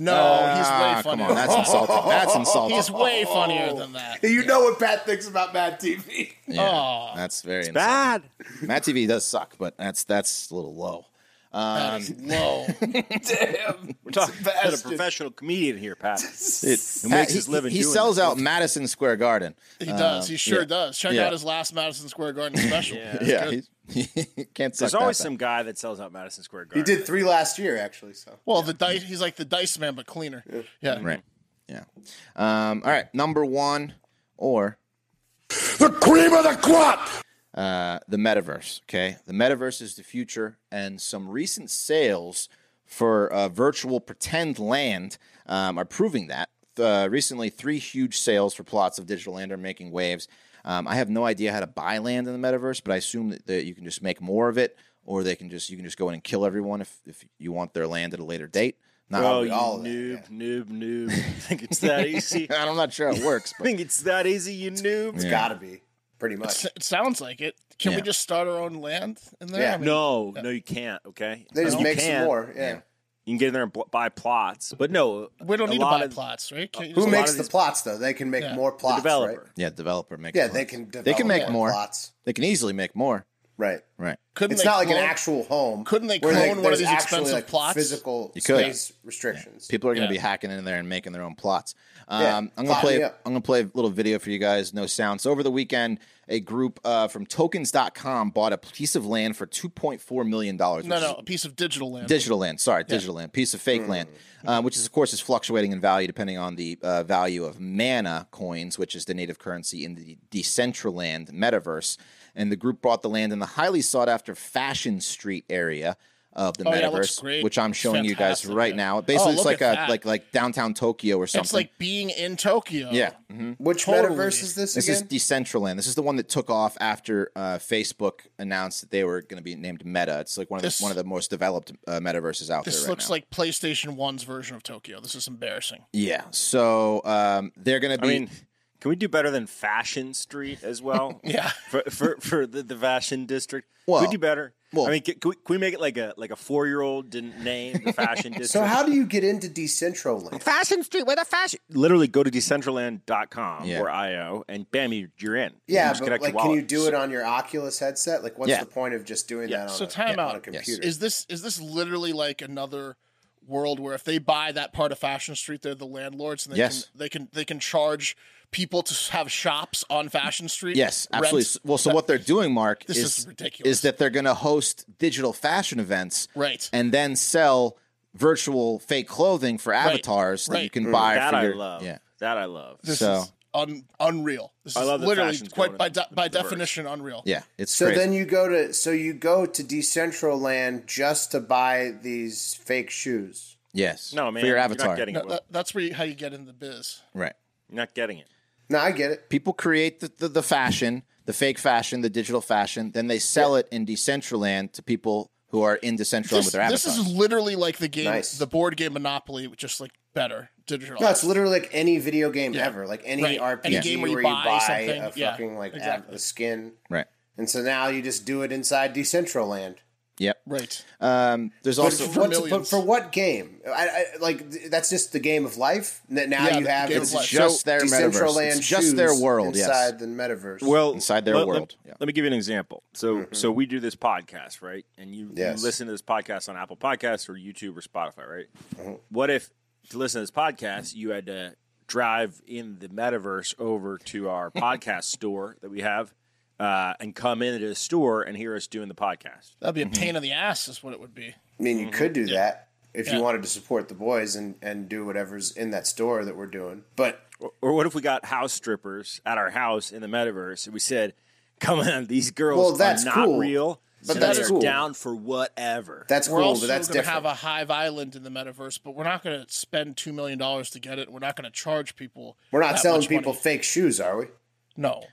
Speaker 2: no,
Speaker 3: Ah,
Speaker 2: he's way funnier.
Speaker 3: Come on, that's insulting. That's Oh. insulting.
Speaker 2: he's way funnier than that.
Speaker 1: you know what Pat thinks about Mad TV.
Speaker 3: yeah, that's very insulting.
Speaker 4: Bad.
Speaker 3: Matt TV does suck, but that's that's a little low.
Speaker 2: That is low.
Speaker 1: Damn.
Speaker 4: We're talking about a
Speaker 1: Sebastian.
Speaker 4: professional comedian here, Pat.
Speaker 3: It,
Speaker 4: Who makes
Speaker 3: he,
Speaker 4: his living
Speaker 3: he
Speaker 4: doing
Speaker 3: sells
Speaker 4: this.
Speaker 3: out Madison Square Garden.
Speaker 2: He does.
Speaker 3: Um,
Speaker 2: he sure
Speaker 3: yeah.
Speaker 2: does. Check
Speaker 3: Yeah.
Speaker 2: out his last Madison Square Garden special. It's
Speaker 3: yeah,
Speaker 2: good.
Speaker 3: he's, he can't. suck
Speaker 4: There's
Speaker 3: that
Speaker 4: always
Speaker 3: back.
Speaker 4: some guy that sells out Madison Square
Speaker 1: He
Speaker 4: Garden.
Speaker 1: did three last year, actually. So
Speaker 2: well, the dice. He's like the dice man, but cleaner. Yeah.
Speaker 3: Mm-hmm. Right. Yeah. Um, all right. Number one or
Speaker 9: The cream of the crop!
Speaker 3: uh, the metaverse. Okay. The metaverse is the future, and some recent sales for uh, virtual pretend land um, are proving that. Uh, recently, three huge sales for plots of digital land are making waves. Um, I have no idea how to buy land in the metaverse, but I assume that, that you can just make more of it, or they can just you can just go in and kill everyone if, if you want their land at a later date. Not,
Speaker 4: Oh, you
Speaker 1: all of that,
Speaker 4: noob, noob, noob. You think it's that easy? I
Speaker 3: I'm not sure how it works, but
Speaker 4: think it's that easy, you noob.
Speaker 3: Yeah.
Speaker 1: gotta be pretty much.
Speaker 2: S- It sounds like it. Can we
Speaker 3: Yeah.
Speaker 2: just start our own land in there?
Speaker 1: Yeah.
Speaker 2: I mean,
Speaker 4: No, no, you can't. Okay,
Speaker 1: They just
Speaker 4: you
Speaker 1: make
Speaker 4: can.
Speaker 1: some more. Yeah.
Speaker 4: You can get in there and bl- buy plots, but no,
Speaker 2: We don't
Speaker 4: a
Speaker 2: need to
Speaker 4: lot
Speaker 2: buy
Speaker 4: of-
Speaker 2: plots, right? Can't you
Speaker 1: Who
Speaker 2: just-
Speaker 1: makes
Speaker 4: of
Speaker 1: the
Speaker 4: these-
Speaker 1: plots though? They can make
Speaker 2: Yeah.
Speaker 1: more
Speaker 4: The
Speaker 1: plots,
Speaker 4: developer.
Speaker 1: right?
Speaker 3: yeah, developer make.
Speaker 1: Yeah,
Speaker 3: plots.
Speaker 1: they can. Develop
Speaker 3: They can make more.
Speaker 1: plots,
Speaker 3: They can easily make more.
Speaker 1: right?
Speaker 3: Right.
Speaker 2: couldn't
Speaker 1: It's
Speaker 2: they
Speaker 1: not like an
Speaker 2: clone-
Speaker 1: actual home.
Speaker 2: couldn't they
Speaker 1: where
Speaker 2: clone one of
Speaker 1: there's
Speaker 2: these
Speaker 1: actually,
Speaker 2: expensive
Speaker 1: like,
Speaker 2: plots?
Speaker 1: Physical
Speaker 3: You could.
Speaker 1: space restrictions.
Speaker 3: People are going
Speaker 2: Yeah.
Speaker 3: to be hacking in there and making their own plots. Um,
Speaker 1: Yeah,
Speaker 3: I'm going to
Speaker 1: plot
Speaker 3: play.
Speaker 1: me
Speaker 3: I'm
Speaker 1: up.
Speaker 3: going to play a little video for you guys. No sound. So over the weekend, a group uh, from Tokens.com bought a piece of land for 2.4 million dollars.
Speaker 2: No, no, a piece of digital land.
Speaker 3: Digital land, sorry, digital land, piece of fake land,
Speaker 2: Hmm.
Speaker 3: uh, which is of course is fluctuating in value depending on the uh, value of mana coins, which is the native currency in the Decentraland metaverse. And the group bought the land in the highly sought after Fashion Street area of the
Speaker 2: Oh, yeah, it looks
Speaker 3: metaverse,
Speaker 2: great.
Speaker 3: which I'm
Speaker 2: It's
Speaker 3: showing you guys
Speaker 2: fantastic,
Speaker 3: right
Speaker 2: yeah.
Speaker 3: now.
Speaker 2: Oh,
Speaker 3: Basically, it's
Speaker 2: look
Speaker 3: like a
Speaker 2: at that.
Speaker 3: like like downtown Tokyo or something.
Speaker 2: it's like oh. being in Tokyo.
Speaker 3: yeah, hmm
Speaker 1: Which
Speaker 2: Totally.
Speaker 1: metaverse is this,
Speaker 3: this is
Speaker 1: again?
Speaker 3: Decentraland. This is the one that took off after uh, Facebook announced that they were going to be named Meta. It's like one of
Speaker 2: This-
Speaker 3: the, one of the most developed uh, metaverses out there.
Speaker 2: This
Speaker 3: right
Speaker 2: looks
Speaker 3: now.
Speaker 2: like PlayStation 1's version of Tokyo. This is embarrassing.
Speaker 3: Yeah. So um, they're going to
Speaker 4: I
Speaker 3: be.
Speaker 4: mean, can we do better than Fashion Street as well?
Speaker 2: Yeah.
Speaker 4: for for, for the, the fashion district,
Speaker 3: Well,
Speaker 4: we do better.
Speaker 3: well-
Speaker 4: I mean, can, can, we, can we make it like a like a four year old didn't name the fashion district?
Speaker 1: So how do you get into Decentraland?
Speaker 4: Fashion Street with a fashion? Literally, go to decentraland.com
Speaker 3: Yeah.
Speaker 4: or IO, and bam, you- you're in. you
Speaker 1: Yeah,
Speaker 4: just
Speaker 1: but
Speaker 4: connect your
Speaker 1: like, can you
Speaker 4: wallet.
Speaker 1: do it on your Oculus headset? Like, what's
Speaker 3: Yeah.
Speaker 1: the point of just doing
Speaker 4: Yeah.
Speaker 1: that on,
Speaker 2: So
Speaker 1: a, on
Speaker 2: time
Speaker 1: a
Speaker 2: out.
Speaker 1: computer?
Speaker 2: Is this is this literally like another world where if they buy that part of Fashion Street, they're the landlords, and they
Speaker 3: Yes.
Speaker 2: can they can they can charge people to have shops on Fashion Street.
Speaker 3: yes,
Speaker 2: rent.
Speaker 3: absolutely. S- Well, so what they're doing, Mark,
Speaker 2: This
Speaker 3: is,
Speaker 2: is ridiculous.
Speaker 3: is that they're going to host digital fashion events,
Speaker 2: Right.
Speaker 3: and then sell virtual fake clothing for avatars that you
Speaker 2: right.
Speaker 3: can buy.
Speaker 4: That
Speaker 3: for
Speaker 4: I
Speaker 3: your-
Speaker 4: love.
Speaker 3: Yeah.
Speaker 4: That I love.
Speaker 2: This
Speaker 3: so
Speaker 2: is un, unreal. This
Speaker 4: I
Speaker 2: is
Speaker 4: love that
Speaker 2: literally
Speaker 4: fashion's
Speaker 2: quite
Speaker 4: going
Speaker 2: by
Speaker 4: in
Speaker 2: de-
Speaker 4: the
Speaker 2: by
Speaker 4: verse.
Speaker 2: definition unreal.
Speaker 3: yeah, it's
Speaker 1: So
Speaker 3: crazy.
Speaker 1: then you go to so you go to Decentraland just to buy these fake shoes.
Speaker 3: yes.
Speaker 4: No, man,
Speaker 3: for your
Speaker 4: you're
Speaker 3: avatar,
Speaker 4: not getting
Speaker 2: No,
Speaker 4: it. Will.
Speaker 2: that- that's where you, how you get in the biz.
Speaker 3: right?
Speaker 4: You're not getting it.
Speaker 1: No, I get it.
Speaker 3: People create the, the, the fashion, the fake fashion, the digital fashion, then they sell it in Decentraland to people who are in Decentraland
Speaker 2: This,
Speaker 3: with their avatars.
Speaker 2: this is literally like the game,
Speaker 1: Nice.
Speaker 2: the board game Monopoly, just like better digital.
Speaker 1: No, it's literally like any video game ever, like any
Speaker 2: Right.
Speaker 1: RPG
Speaker 2: Any game
Speaker 1: where you buy,
Speaker 2: something.
Speaker 1: a
Speaker 2: Yeah,
Speaker 1: fucking like
Speaker 2: exactly.
Speaker 1: av- a skin,
Speaker 3: right.
Speaker 1: and so now you just do it inside Decentraland.
Speaker 3: Yep.
Speaker 2: right.
Speaker 3: Um, there's
Speaker 1: But
Speaker 3: also
Speaker 1: for, what,
Speaker 2: millions.
Speaker 1: but for what game? I, I, like th- that's just the game of life. That now
Speaker 2: Yeah,
Speaker 1: you
Speaker 2: the
Speaker 1: have
Speaker 2: game
Speaker 1: it's
Speaker 2: of life.
Speaker 3: Just their metaverse.
Speaker 1: Decentraland
Speaker 3: It's just their
Speaker 1: shoes
Speaker 3: world, yes.
Speaker 1: inside the metaverse.
Speaker 4: Well,
Speaker 3: Inside their
Speaker 4: let-
Speaker 3: world,
Speaker 4: Let,
Speaker 3: yeah.
Speaker 4: let me give you an example. So, so we do this podcast, right? And you, you
Speaker 1: Yes.
Speaker 4: listen to this podcast on Apple Podcasts or YouTube or Spotify, right?
Speaker 1: Mm-hmm.
Speaker 4: What if to listen to this podcast, you had to drive in the metaverse over to our podcast store that we have, uh, and come into the store and hear us doing the podcast?
Speaker 2: That'd be
Speaker 1: Mm-hmm.
Speaker 2: a pain in the ass, is what it would be.
Speaker 1: I mean, you could do that if
Speaker 2: Mm-hmm. Yeah.
Speaker 1: you wanted to support the boys and, and do whatever's in that store that we're doing. But
Speaker 4: Or, or what if we got house strippers at our house in the metaverse and we said, "Come on, these girls
Speaker 1: Well, that's
Speaker 4: are not
Speaker 1: cool.
Speaker 4: real."
Speaker 1: But
Speaker 4: so
Speaker 1: that's
Speaker 4: they're
Speaker 1: cool.
Speaker 4: down for whatever.
Speaker 1: that's
Speaker 2: We're
Speaker 1: cool,
Speaker 2: also
Speaker 1: but that's
Speaker 2: going
Speaker 1: different.
Speaker 2: to have a Hive Island in the metaverse, but we're not going to spend two million dollars to get it. We're not going to charge people.
Speaker 1: we're not
Speaker 2: that
Speaker 1: selling
Speaker 2: much
Speaker 1: people
Speaker 2: money.
Speaker 1: fake shoes, are we?
Speaker 2: no,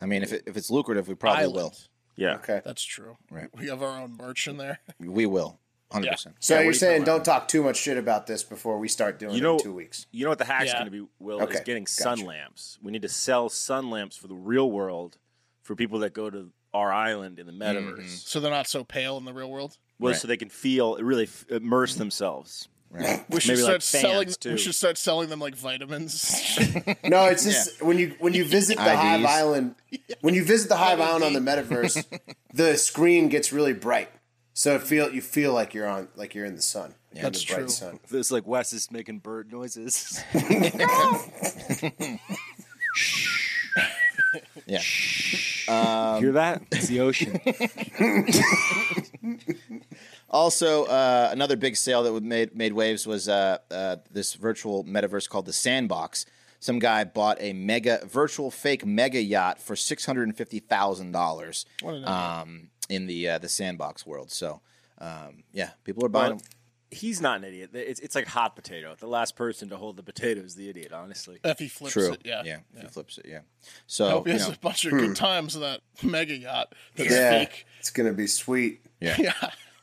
Speaker 3: I mean, if, it, if it's lucrative, we probably
Speaker 2: Island.
Speaker 3: will.
Speaker 4: yeah.
Speaker 1: Okay.
Speaker 2: That's true. Right. We have our own merch in there.
Speaker 3: We will.
Speaker 1: So
Speaker 3: 100%.
Speaker 4: Yeah, what
Speaker 1: you're
Speaker 4: are you
Speaker 1: saying
Speaker 4: talking
Speaker 1: don't talk too much shit about this before we start doing
Speaker 4: You
Speaker 1: it
Speaker 4: know-
Speaker 1: in two weeks.
Speaker 4: You know what the hack's
Speaker 2: Yeah.
Speaker 4: going to be, Will,
Speaker 1: Okay,
Speaker 4: is getting
Speaker 1: gotcha.
Speaker 4: sun lamps. We need to sell sun lamps for the real world for people that go to our island in the
Speaker 1: Mm-hmm.
Speaker 4: metaverse.
Speaker 2: So they're not so pale in the real world.
Speaker 4: Well, so they can feel, really f- immerse themselves.
Speaker 2: We should
Speaker 4: Maybe,
Speaker 2: start
Speaker 4: like, fans,
Speaker 2: selling.
Speaker 4: too.
Speaker 2: We should start selling them like vitamins.
Speaker 1: No, it's just when you when you visit the
Speaker 3: IDs.
Speaker 1: Hive Island, when you visit the Hive Island on the metaverse, the screen gets really bright. So it feel you feel like you're on like you're in the sun. Yeah,
Speaker 2: That's
Speaker 1: the bright
Speaker 2: true.
Speaker 1: sun.
Speaker 4: It's like Wes is making bird noises.
Speaker 3: Yeah.
Speaker 1: Um,
Speaker 4: Hear that? It's the ocean.
Speaker 3: Also, uh, another big sale that would made made waves was uh, uh, this virtual metaverse called the Sandbox. Some guy bought a mega virtual fake mega yacht for six hundred and fifty thousand dollars um, in the uh, the Sandbox world. So, um, yeah, people are buying.
Speaker 4: Well, He's not an idiot. It's, it's like hot potato. The last person to hold the potato is the idiot, honestly.
Speaker 2: If he flips
Speaker 3: True.
Speaker 2: it, yeah.
Speaker 3: yeah. He flips it. Yeah.
Speaker 2: I
Speaker 3: So
Speaker 2: hope he
Speaker 3: you
Speaker 2: has
Speaker 3: know,
Speaker 2: a bunch of good times on that mega yacht. That's
Speaker 1: Yeah,
Speaker 2: fake.
Speaker 1: it's gonna be sweet.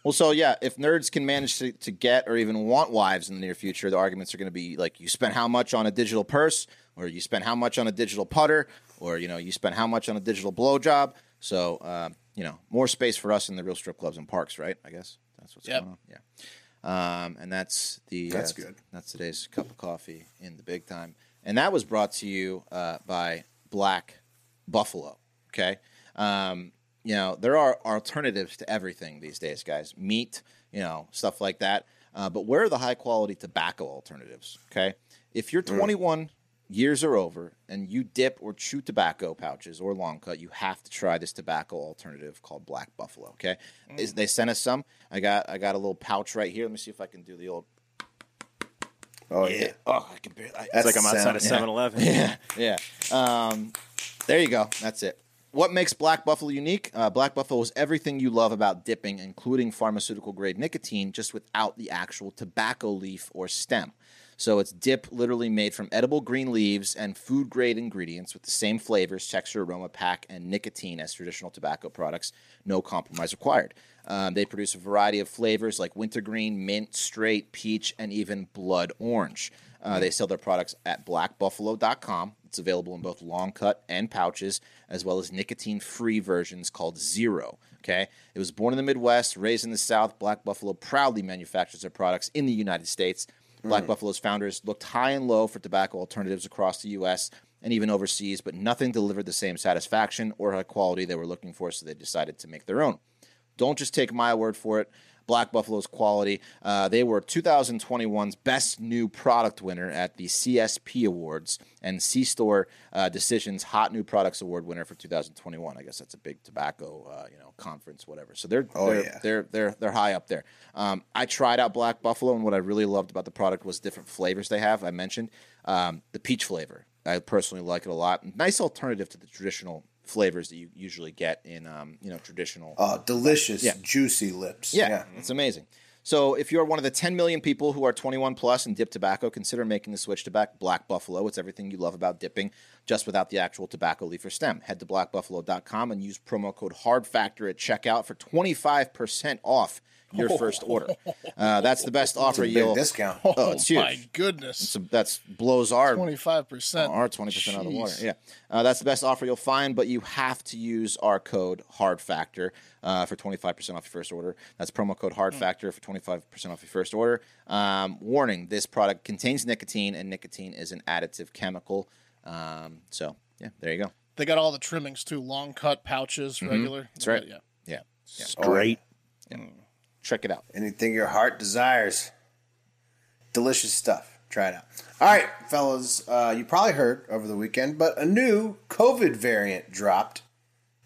Speaker 3: well, so yeah, if nerds can manage to, to get or even want wives in the near future, the arguments are going to be like, you spent how much on a digital purse, or you spent how much on a digital putter, or you know, you spent how much on a digital blowjob. So uh, you know, more space for us in the real strip clubs and parks, right? I guess that's what's
Speaker 2: Yep.
Speaker 3: going on. Yeah. Um, and that's the
Speaker 1: That's
Speaker 3: uh,
Speaker 1: good.
Speaker 3: That's today's cup of coffee in the big time, and that was brought to you uh, by Black Buffalo. Okay, um, you know there are alternatives to everything these days, guys. Meat, you know, stuff like that. Uh, but where are the high quality tobacco alternatives? Okay, if you're 21 years or over and you dip or chew tobacco pouches or long cut, you have to try this tobacco alternative called Black Buffalo. Okay, Is- they sent us some. I got I got a little pouch right here. Let me see if I can do the old.
Speaker 1: Oh yeah,
Speaker 3: Oh, I can barely. I-
Speaker 1: that's
Speaker 4: It's like I'm outside
Speaker 1: sound.
Speaker 4: of 7 Eleven.
Speaker 3: yeah. Um, there you go. That's it. What makes Black Buffalo unique? Uh, Black Buffalo is everything you love about dipping, including pharmaceutical grade nicotine, just without the actual tobacco leaf or stem. So it's dip literally made from edible green leaves and food grade ingredients with the same flavors, texture, aroma, pack, and nicotine as traditional tobacco products. No compromise required. Um, they produce a variety of flavors like wintergreen, mint, straight, peach, and even blood orange. Uh, they sell their products at blackbuffalo.com. It's available in both long cut and pouches, as well as nicotine free versions called Zero. Okay. It was born in the Midwest, raised in the South. Black Buffalo proudly manufactures their products in the United States. Black Buffalo's founders looked high and low for tobacco alternatives across the U.S. and even overseas, but nothing delivered the same satisfaction or high quality they were looking for, so they decided to make their own. Don't just take my word for it. Black Buffalo's quality. Uh, they were 2021's best new product winner at the CSP Awards and C Store uh, Decisions Hot New Products Award winner for 2021. I guess that's a big tobacco, uh, you know, conference, whatever. So they're they're,
Speaker 1: yeah.
Speaker 3: they're they're they're high up there. Um, I tried out Black Buffalo, and what I really loved about the product was different flavors they have. I mentioned um, the peach flavor. I personally like it a lot. Nice alternative to the traditional flavors that you usually get in um, you know traditional
Speaker 1: Oh, delicious, juicy lips.
Speaker 3: yeah, it's amazing. So if you're one of the 10 million people who are 21 plus and dip tobacco, consider making the switch to back Black Buffalo. It's everything you love about dipping, just without the actual tobacco leaf or stem. Head to blackbuffalo.com and use promo code HARDFACTOR at checkout for 25% off your first order. Uh, that's the best offer
Speaker 1: big
Speaker 3: you'll.
Speaker 1: discount.
Speaker 3: Oh, it's huge.
Speaker 2: my goodness.
Speaker 3: So that's blows our
Speaker 2: Twenty five percent.
Speaker 4: Oh,
Speaker 3: are 20% out of the water. Yeah. Uh, that's the best offer you'll find, but you have to use our code Hard Factor uh, for 25% off your first order. That's promo
Speaker 2: Hmm.
Speaker 3: code Hard Factor for 25% off your first order. Um, warning this product contains nicotine, and nicotine is an additive chemical. Um, so, yeah, there you go.
Speaker 2: They got all the trimmings too, long cut pouches,
Speaker 4: Mm-hmm.
Speaker 2: regular. That's
Speaker 3: right.
Speaker 2: Yeah.
Speaker 3: Yeah.
Speaker 4: Straight.
Speaker 3: Check it out.
Speaker 1: Anything your heart desires. Delicious stuff. Try it out. All right, fellas, uh, you probably heard over the weekend, but a new COVID variant dropped.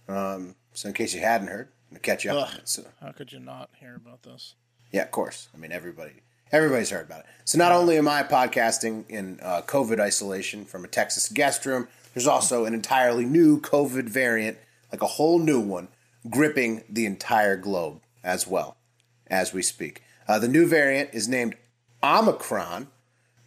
Speaker 1: Um, so, in case you hadn't heard, I'm gonna catch you up. on
Speaker 2: Ugh.
Speaker 1: it. So,
Speaker 2: How could you not hear about this?
Speaker 1: yeah, of course. I mean, everybody, everybody's heard about it. So, not only am I podcasting in uh, COVID isolation from a Texas guest room, there's also an entirely new COVID variant, like a whole new one, gripping the entire globe as well as we speak. Uh, the new variant is named Omicron.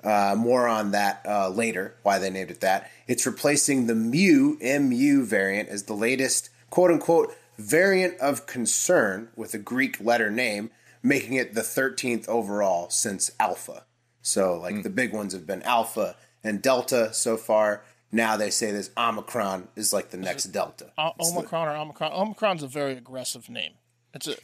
Speaker 1: Uh, more on that uh, later, why they named it that. It's replacing the Mu, MU variant as the latest quote unquote variant of concern with a Greek letter name, making it the 13th overall since Alpha. So, like the big ones have been Alpha and Delta so far. Now they say this Omicron is like the next Delta.
Speaker 2: O- Omicron or Omicron? Omicron's a very aggressive name. It's a. uh,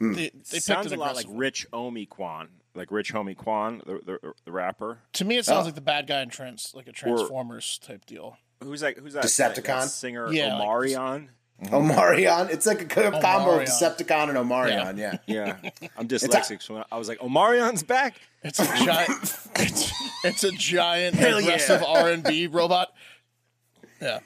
Speaker 2: They, they picked
Speaker 4: Sounds
Speaker 2: an
Speaker 4: a lot like
Speaker 2: aggressive.
Speaker 4: Rich Omi Kwan, like Rich Homie Kwan, the, the, the rapper.
Speaker 2: to me, it
Speaker 4: Oh.
Speaker 2: sounds like the bad guy in trans, like a Transformers type deal.
Speaker 4: Who's that? Who's that?
Speaker 1: Decepticon?
Speaker 4: that singer
Speaker 2: Yeah, like-
Speaker 4: Omarion.
Speaker 1: Omarion. It's like a co- combo of
Speaker 2: Omarion.
Speaker 1: Decepticon and Omarion. Yeah.
Speaker 4: Yeah, I'm dyslexic, so I was like, "Omarion's back."
Speaker 2: It's a giant. it's, it's a giant aggressive R and B robot. Yeah,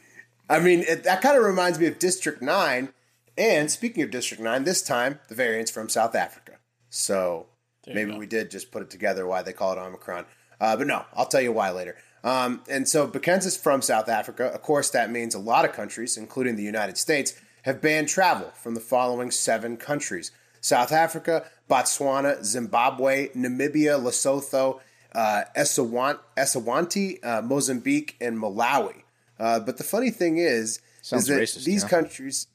Speaker 1: I mean, it, that kind of reminds me of District 9. And speaking of District 9, this time the variant's from South Africa. So maybe we did just put it together why they call it Omicron. Uh, but no, I'll tell you why later. Um, and so Bekenza's from South Africa. Of course, that means a lot of countries, including the United States, have banned travel from the following seven countries South Africa, Botswana, Zimbabwe, Namibia, Lesotho, uh, Esawant- Esawante, uh, Mozambique, and Malawi. Uh, but the funny thing is, is
Speaker 3: Sounds
Speaker 1: that
Speaker 3: racist,
Speaker 1: these
Speaker 3: yeah.
Speaker 1: countries,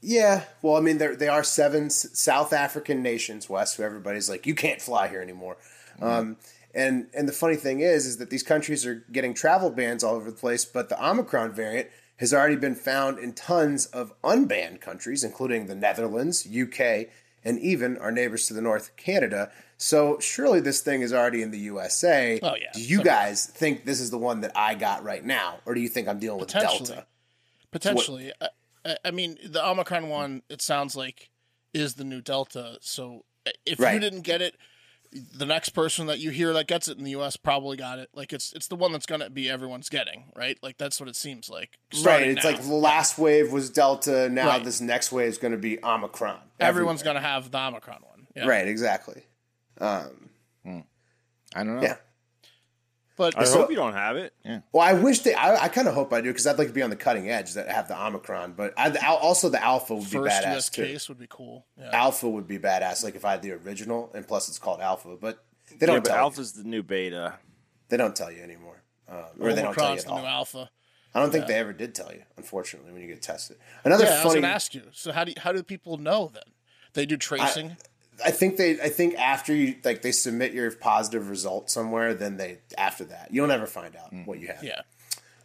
Speaker 1: yeah, well, I mean, they're- they are seven S- South African nations, West, who everybody's like, you can't fly here anymore.
Speaker 2: Mm-hmm.
Speaker 1: Um, and and the funny thing is, is that these countries are getting travel bans all over the place, but the Omicron variant has already been found in tons of unbanned countries, including the Netherlands, UK, and even our neighbors to the north, Canada. So surely this thing is already in the USA.
Speaker 2: Oh, yeah.
Speaker 1: Do you guys think this is the one that I got right now, or do you think I'm dealing with
Speaker 2: Potentially.
Speaker 1: Delta?
Speaker 2: potentially. I, I- I mean, the Omicron one. It sounds like is the new Delta. So if
Speaker 1: Right.
Speaker 2: you didn't get it, the next person that you hear that gets it in the U.S. probably got it. Like it's it's the one that's gonna be everyone's getting, right? Like that's what it seems like.
Speaker 1: Right.
Speaker 2: starting
Speaker 1: It's
Speaker 2: now.
Speaker 1: like the last wave was Delta. Now
Speaker 2: Right.
Speaker 1: this next wave is going to be Omicron.
Speaker 2: everyone's gonna have the Omicron one. Yeah.
Speaker 1: Right. Exactly. Um,
Speaker 3: I don't know.
Speaker 1: yeah.
Speaker 2: But
Speaker 4: I hope you don't have it.
Speaker 1: Well, I wish they. I, I kind of hope I do because I'd like to be on the cutting edge that have the Omicron. But I, the, al- also the Alpha would be
Speaker 2: first
Speaker 1: badass
Speaker 2: U.S.
Speaker 1: too.
Speaker 2: case would be cool. Yeah.
Speaker 1: Alpha would be badass. Like if I had the original, and plus it's called Alpha, but they don't
Speaker 4: yeah, but
Speaker 1: tell you.
Speaker 4: Alpha's the new beta.
Speaker 1: They don't tell you anymore, um, or they don't tell you
Speaker 2: Omicron's
Speaker 1: at
Speaker 2: the new
Speaker 1: all.
Speaker 2: alpha.
Speaker 1: I don't think they ever did tell you. Unfortunately, when you get tested, another
Speaker 2: Yeah, I was
Speaker 1: funny.
Speaker 2: gonna ask you. So how do you, how do people know then? They do tracing.
Speaker 1: I think they I think after you like they submit your positive result somewhere, then they after that you'll never find out what you have.
Speaker 2: yeah.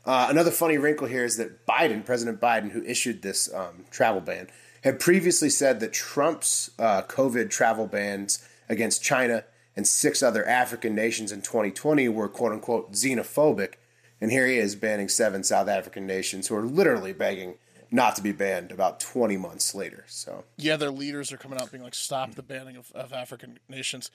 Speaker 1: Uh, another funny wrinkle here is that Biden, President Biden, who issued this um, travel ban, had previously said that Trump's uh, COVID travel bans against China and six other African nations in 2020 were quote unquote xenophobic. And here he is banning seven South African nations who are literally begging not to be banned about 20 months later. So,
Speaker 2: Yeah, their leaders are coming out being like, "Stop the banning of, of African nations."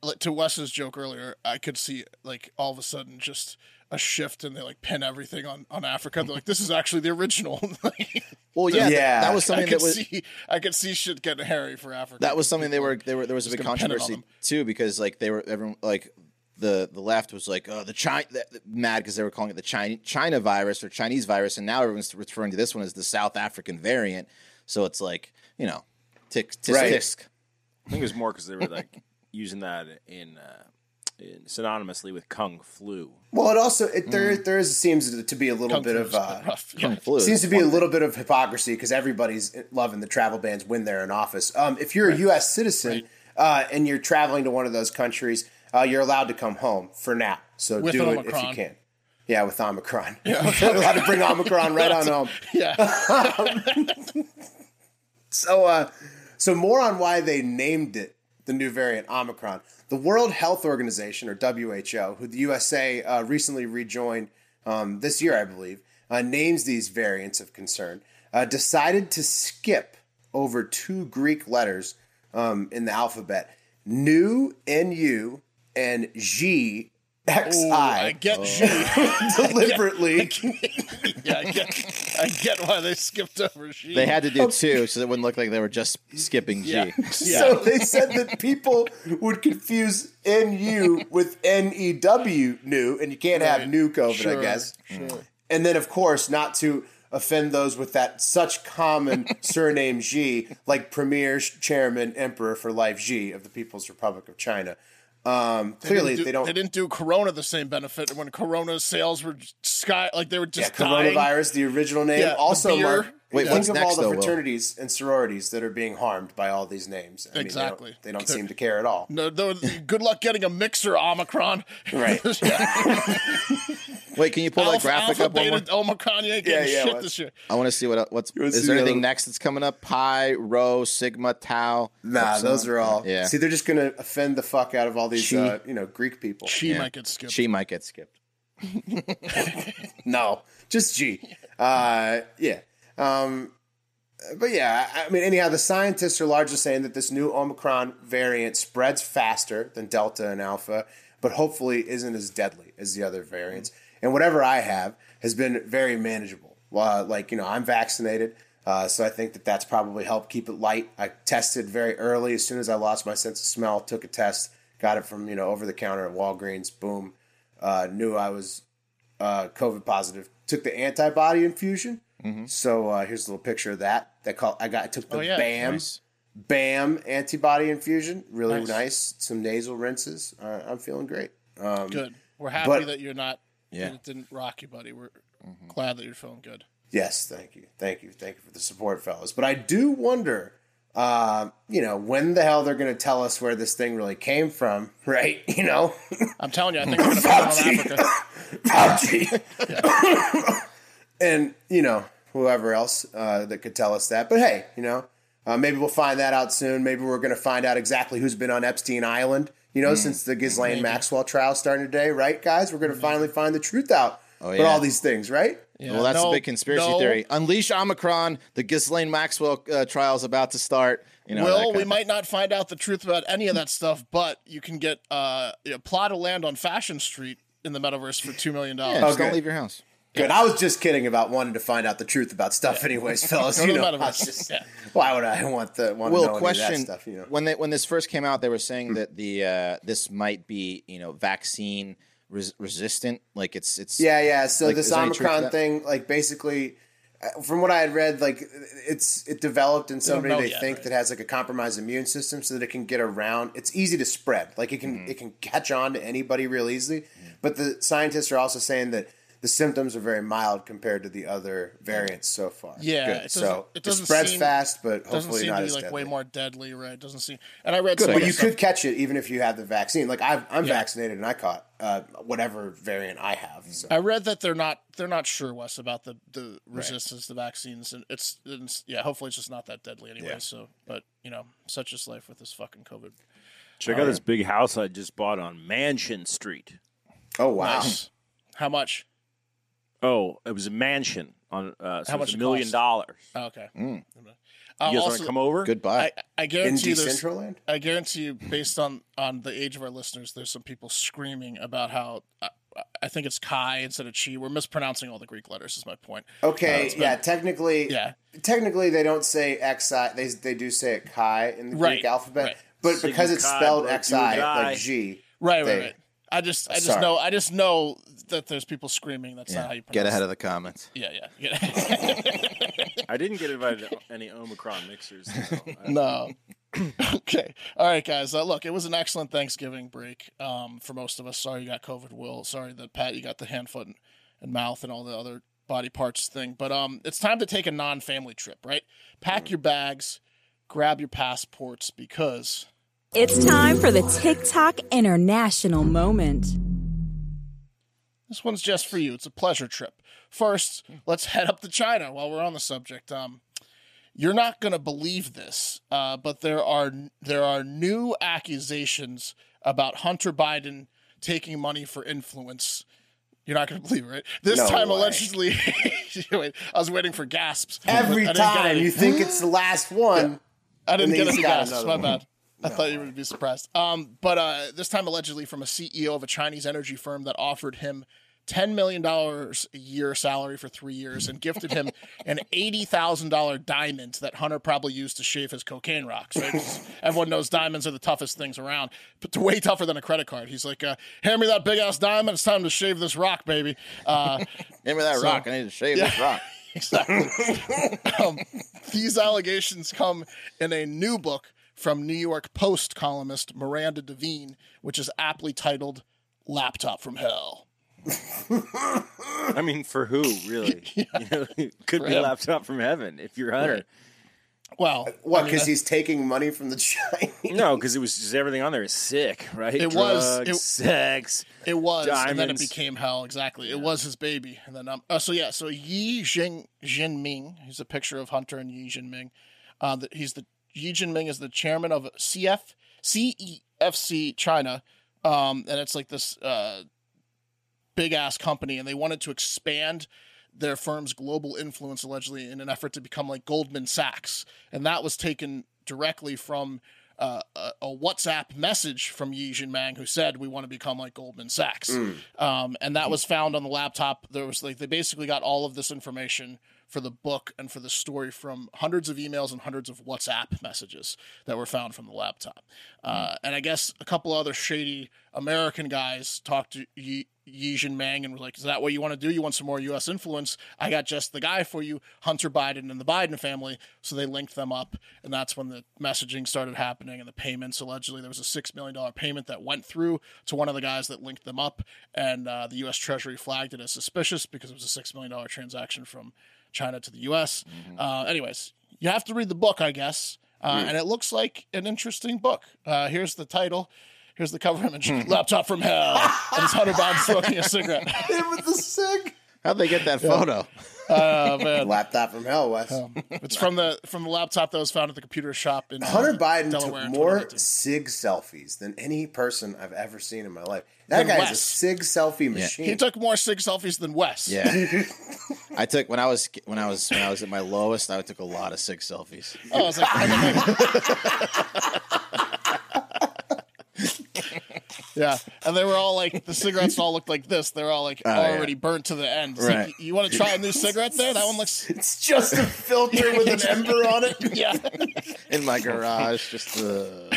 Speaker 2: Like, to Wes's joke earlier, I could see like all of a sudden just a shift, and they like pin everything on on Africa. They're like, "This is actually the original." Like,
Speaker 3: Well, yeah,
Speaker 1: Yeah.
Speaker 3: That, that was
Speaker 2: I
Speaker 3: something
Speaker 2: could
Speaker 3: that was
Speaker 2: see, I could see shit getting hairy for Africa.
Speaker 3: that was something they were they were there was a big
Speaker 2: gonna pin it on
Speaker 3: controversy
Speaker 2: them.
Speaker 3: too because like they were everyone like the the left was like oh the China mad because they were calling it the China China virus or Chinese virus and now everyone's referring to this one as the South African variant. So it's like you know, tick tisk
Speaker 1: Right.
Speaker 3: tisk.
Speaker 4: I think it was more because they were like using that in, uh, in synonymously with kung flu.
Speaker 1: well, it also it, there there is, seems to be a little bit of uh,
Speaker 2: rough. Yeah.
Speaker 3: Flu is
Speaker 1: Seems to be a
Speaker 3: one-
Speaker 1: little bit of hypocrisy because everybody's loving the travel bans when they're in office. Um, if you're a U.S. citizen uh, and you're traveling to one of those countries, uh, you're allowed to come home for now. So
Speaker 2: With
Speaker 1: do it if you
Speaker 2: Omicron.
Speaker 1: can. Yeah, with Omicron. you're allowed to bring Omicron right on home.
Speaker 2: yeah.
Speaker 1: So, uh, so more on why they named it the new variant Omicron. The World Health Organization, or WHO, who the USA uh, recently rejoined um, this year, I believe, uh, names these variants of concern, uh, decided to skip over two Greek letters um, in the alphabet: nu, nu, and g, xi.
Speaker 2: Ooh, I get G.
Speaker 1: deliberately.
Speaker 2: yeah, I get, I get why they skipped over G.
Speaker 3: They had to do two so it wouldn't look like they were just skipping G.
Speaker 2: yeah.
Speaker 1: So they said that people would confuse NU with NEW new, and you can't have new COVID, I
Speaker 2: Sure.
Speaker 1: guess. And then, of course, not to offend those with that such common surname Xi, like Premier, Chairman, Emperor for Life Xi of the People's Republic of China. Um, clearly,
Speaker 2: do-
Speaker 1: they don't.
Speaker 2: They didn't do Corona the same benefit when Corona sales were sky like they were
Speaker 1: yeah,
Speaker 2: just dying.
Speaker 1: coronavirus, the original name.
Speaker 2: Yeah, the
Speaker 1: also,
Speaker 2: beer.
Speaker 1: Mark,
Speaker 3: Wait,
Speaker 1: think
Speaker 3: what's
Speaker 1: of
Speaker 3: next,
Speaker 1: all the
Speaker 3: though, Will?
Speaker 1: fraternities and sororities that are being harmed by all these names. I mean, they don't-
Speaker 2: Exactly.
Speaker 1: they don't seem to care at all.
Speaker 2: No, no, good luck getting a mixer Omicron.
Speaker 1: Right.
Speaker 2: yeah.
Speaker 3: Wait, can you pull that
Speaker 2: Alpha,
Speaker 3: graphic
Speaker 2: alpha,
Speaker 3: up one more?
Speaker 2: beta, Omicron. You ain't
Speaker 1: Yeah,
Speaker 2: getting
Speaker 1: yeah,
Speaker 2: shit
Speaker 1: what-
Speaker 2: this year.
Speaker 3: I want to see what what's
Speaker 1: wanna
Speaker 3: is
Speaker 1: see
Speaker 3: there
Speaker 1: the
Speaker 3: anything
Speaker 1: other-
Speaker 3: next that's coming up? Pi, rho, sigma, tau.
Speaker 1: Nah,
Speaker 3: epsilon?
Speaker 1: those are all.
Speaker 3: Yeah.
Speaker 1: See, they're just going to offend the fuck out of all these,
Speaker 3: She-
Speaker 1: uh, you know, Greek people.
Speaker 2: She might get skipped.
Speaker 3: She might get skipped.
Speaker 1: No, just G. Uh, yeah. Um, but yeah, I I mean, anyhow, the scientists are largely saying that this new Omicron variant spreads faster than Delta and Alpha, but hopefully isn't as deadly as the other variants. And whatever I have has been very manageable. Uh, like, you know, I'm vaccinated, uh, so I think that that's probably helped keep it light. I tested very early. As soon as I lost my sense of smell, took a test, got it from, you know, over the counter at Walgreens, boom, uh, knew I was uh, COVID positive. Took the antibody infusion. So uh, here's a little picture of that. That call I got. I took the
Speaker 2: yeah.
Speaker 1: BAM, BAM antibody infusion. Really nice. Some nasal rinses. Uh, I'm feeling great. Um,
Speaker 2: Good. We're happy
Speaker 1: But-
Speaker 2: that you're not.
Speaker 3: Yeah.
Speaker 2: that It didn't rock you, buddy. We're glad that you're feeling good.
Speaker 1: Yes, thank you, thank you, thank you for the support, fellas. But I do wonder, uh, you know, when the hell they're going to tell us where this thing really came from, right? You know,
Speaker 2: I'm telling you, I think we're gonna fall on
Speaker 1: Fauci.
Speaker 2: Africa.
Speaker 1: Fauci. and you know whoever else uh, that could tell us that. But hey, you know, uh, maybe we'll find that out soon. Maybe we're going to find out exactly who's been on Epstein Island. You
Speaker 3: Mm.
Speaker 1: know, since the Ghislaine Maxwell trial starting today, right, guys? We're going to finally find the truth out.
Speaker 3: Mm. Oh,
Speaker 1: about
Speaker 3: yeah.
Speaker 1: all these things, right?
Speaker 2: Yeah,
Speaker 3: well, that's
Speaker 2: no,
Speaker 3: a big conspiracy
Speaker 2: no.
Speaker 3: theory. Unleash Omicron. The Ghislaine Maxwell uh, trial is about to start. You know, that
Speaker 2: Will,
Speaker 3: kind
Speaker 2: we
Speaker 3: of-
Speaker 2: might not find out the truth about any of that stuff, but you can get uh, a plot of land on Fashion Street in the metaverse for $2 million.
Speaker 3: Yeah,
Speaker 2: Yeah,
Speaker 3: just don't
Speaker 1: Okay.
Speaker 3: leave your house.
Speaker 1: Good. I was just kidding about wanting to find out the truth about stuff, anyways, fellas.
Speaker 2: to
Speaker 1: Oh, You
Speaker 2: the
Speaker 1: know, I was
Speaker 2: metaverse.
Speaker 1: just-
Speaker 2: Yeah.
Speaker 1: why would I want the want to know
Speaker 3: Well,
Speaker 1: any of
Speaker 3: question:
Speaker 1: that stuff? You know, Hmm.
Speaker 3: when they, when this first came out, they were saying that the uh, this might be you know vaccine res- resistant. Like it's it's
Speaker 1: Yeah, yeah. So
Speaker 3: Like,
Speaker 1: this
Speaker 3: is there any truth to
Speaker 1: Omicron
Speaker 3: that?
Speaker 1: thing, like basically, uh, from what I had read, like it's it developed in somebody
Speaker 2: know
Speaker 1: they
Speaker 2: yet,
Speaker 1: think
Speaker 2: right?
Speaker 1: that has like a compromised immune system, so that it can get around. It's easy to spread. Like it
Speaker 3: Mm-hmm.
Speaker 1: can it can catch on to anybody real easily. But the scientists are also saying that the symptoms are very mild compared to the other variants so far.
Speaker 2: Yeah,
Speaker 3: Good.
Speaker 2: it doesn't,
Speaker 1: So
Speaker 2: it
Speaker 1: it,
Speaker 2: doesn't
Speaker 1: spreads
Speaker 2: seem,
Speaker 1: fast, but
Speaker 2: doesn't
Speaker 1: hopefully
Speaker 2: seem
Speaker 1: not
Speaker 2: to be
Speaker 1: as
Speaker 2: like way
Speaker 1: deadly.
Speaker 2: more deadly, right? It doesn't seem. And I read
Speaker 3: Good,
Speaker 2: some
Speaker 3: I
Speaker 2: other
Speaker 1: But you
Speaker 2: stuff.
Speaker 1: could catch it even if you had the vaccine. Like I've, I'm
Speaker 2: Yeah.
Speaker 1: vaccinated and I caught uh, whatever variant I have.
Speaker 3: Mm.
Speaker 1: So.
Speaker 2: I read that they're not they're not sure Wes about the the resistance to vaccines and it's, it's yeah hopefully it's just not that deadly anyway so but you know such is life with this fucking COVID
Speaker 4: Check out this big house I just bought on Mansion Street.
Speaker 1: Oh wow!
Speaker 2: Nice. how much
Speaker 4: Oh, it was a mansion on uh, so
Speaker 2: How
Speaker 4: it was
Speaker 2: much it
Speaker 4: a million
Speaker 2: cost?
Speaker 4: dollars.
Speaker 2: oh, okay
Speaker 1: Mm.
Speaker 4: You
Speaker 2: I'll
Speaker 4: guys want
Speaker 2: also
Speaker 4: to come over?
Speaker 3: Goodbye.
Speaker 2: I, I
Speaker 1: In
Speaker 2: guarantee there's
Speaker 1: Decentraland.
Speaker 2: I guarantee you, based on on the age of our listeners, there's some people screaming about how I, I think it's Kai instead of Chi. We're mispronouncing all the Greek letters. Is my point.
Speaker 1: Okay, yeah, technically,
Speaker 2: Yeah.
Speaker 1: technically they don't say xi. They they do say it chi in the
Speaker 2: Right,
Speaker 1: Greek alphabet,
Speaker 2: right.
Speaker 1: but because it's
Speaker 4: Sigma chi,
Speaker 1: spelled
Speaker 4: bro,
Speaker 1: xi
Speaker 4: do die.
Speaker 1: like g.
Speaker 2: Right,
Speaker 1: They-
Speaker 2: right, right. I just, I just
Speaker 1: Sorry.
Speaker 2: know, I just know that there's people screaming. That's not how you pronounce.
Speaker 3: Get ahead
Speaker 2: it.
Speaker 3: of the comments.
Speaker 2: Yeah, yeah.
Speaker 4: I didn't get invited to any Omicron mixers. though. I-
Speaker 2: no. okay. All right, guys. Uh, look, it was an excellent Thanksgiving break um, for most of us. Sorry you got COVID, Will. Sorry that Pat, you got the hand, foot, and, and mouth and all the other body parts thing. But um, it's time to take a non-family trip, right? Pack your bags, grab your passports because
Speaker 10: It's time for the TikTok International Moment.
Speaker 2: this one's just for you. It's a pleasure trip. First, let's head up to China while we're on the subject. Um, you're not going to believe this, uh, but there are there are new accusations about Hunter Biden taking money for influence. You're not going to believe it, right? This
Speaker 1: No
Speaker 2: time,
Speaker 1: way.
Speaker 2: allegedly, Wait, I was waiting for gasps.
Speaker 1: Every
Speaker 2: I didn't get
Speaker 1: time
Speaker 2: any.
Speaker 1: you think it's the last one,
Speaker 2: I didn't
Speaker 1: And
Speaker 2: get
Speaker 1: he's
Speaker 2: any
Speaker 1: got
Speaker 2: guesses.
Speaker 1: another
Speaker 2: My
Speaker 1: one.
Speaker 2: bad. I thought you would be surprised. Um, but uh, this time, allegedly, from a CEO of a Chinese energy firm that offered him ten million dollars a year salary for three years and gifted him an eighty thousand dollar diamond that Hunter probably used to shave his cocaine rocks. Right? 'Cause Everyone knows diamonds are the toughest things around, but they're way tougher than a credit card. He's like, uh, "Hand me that big ass diamond. It's time to shave this rock, baby." Uh,
Speaker 3: Remember that rock? I need to shave this rock.
Speaker 2: Um, These allegations come in a new book from New York Post columnist Miranda Devine, which is aptly titled Laptop from Hell.
Speaker 4: I mean, for who really? You know, it could be
Speaker 2: him.
Speaker 4: laptop from heaven if you're Hunter.
Speaker 2: Well,
Speaker 1: what? Because he's taking money from the Chinese.
Speaker 4: No, because it was just everything on there is sick, right?
Speaker 2: It was-
Speaker 4: Drugs,
Speaker 2: it-
Speaker 4: sex.
Speaker 2: it was, and then it
Speaker 4: Diamonds.
Speaker 2: became hell. Exactly, it was his baby, and then um, uh, so yeah, so Yi Jing Jinming, he's a picture of Hunter and Yi Jinming. Uh, that he's the Yi Jinming is the chairman of CF CEFC E China, um, and it's like this uh, big ass company, and they wanted to expand their firm's global influence allegedly in an effort to become like Goldman Sachs, and that was taken directly from uh, a, a WhatsApp message from Yi Jinmang who said, "We want to become like Goldman Sachs," um, and that was found on the laptop. There was like they basically got all of this information for the book and for the story from hundreds of emails and hundreds of WhatsApp messages that were found from the laptop. Uh, and I guess a couple other shady American guys talked to Yi, Yi Jinming and were like, Is that what you want to do? You want some more US influence? I got just the guy for you, Hunter Biden and the Biden family. So they linked them up. And that's when the messaging started happening and the payments. Allegedly, there was a $6 million payment that went through to one of the guys that linked them up. And uh, the US Treasury flagged it as suspicious because it was a $6 million transaction from China to the US.
Speaker 1: Mm-hmm.
Speaker 2: Uh, anyways, you have to read the book, I guess. Uh,
Speaker 1: Mm.
Speaker 2: And it looks like an interesting book. Uh, here's the title. Here's the cover image.
Speaker 1: Hmm.
Speaker 2: Laptop from hell. and it's Hunter Biden smoking a cigarette.
Speaker 1: with the sick
Speaker 3: How'd they get that photo?
Speaker 2: Oh man,
Speaker 1: laptop from hell, Wes.
Speaker 2: it's from the from the laptop that was found at the computer shop in uh,
Speaker 1: Hunter Biden
Speaker 2: Delaware
Speaker 1: took
Speaker 2: in
Speaker 1: more
Speaker 2: 2019.
Speaker 1: sig selfies than any person I've ever seen in my life. That
Speaker 2: Than
Speaker 1: guy is a
Speaker 2: Wes.
Speaker 1: sig selfie machine.
Speaker 2: He took more sig selfies than Wes.
Speaker 3: Yeah, I took when I was when I was when I was at my lowest. I took a lot of six selfies.
Speaker 2: Oh, I was like, yeah, and they were all like the cigarettes all looked like this. They're all like
Speaker 3: Ah, yeah.
Speaker 2: already burnt to the end. It's
Speaker 3: Right.
Speaker 2: like, you want to try a new cigarette there? That one looks
Speaker 1: it's just a filter with an ember on it.
Speaker 2: yeah.
Speaker 3: in my garage. Just uh,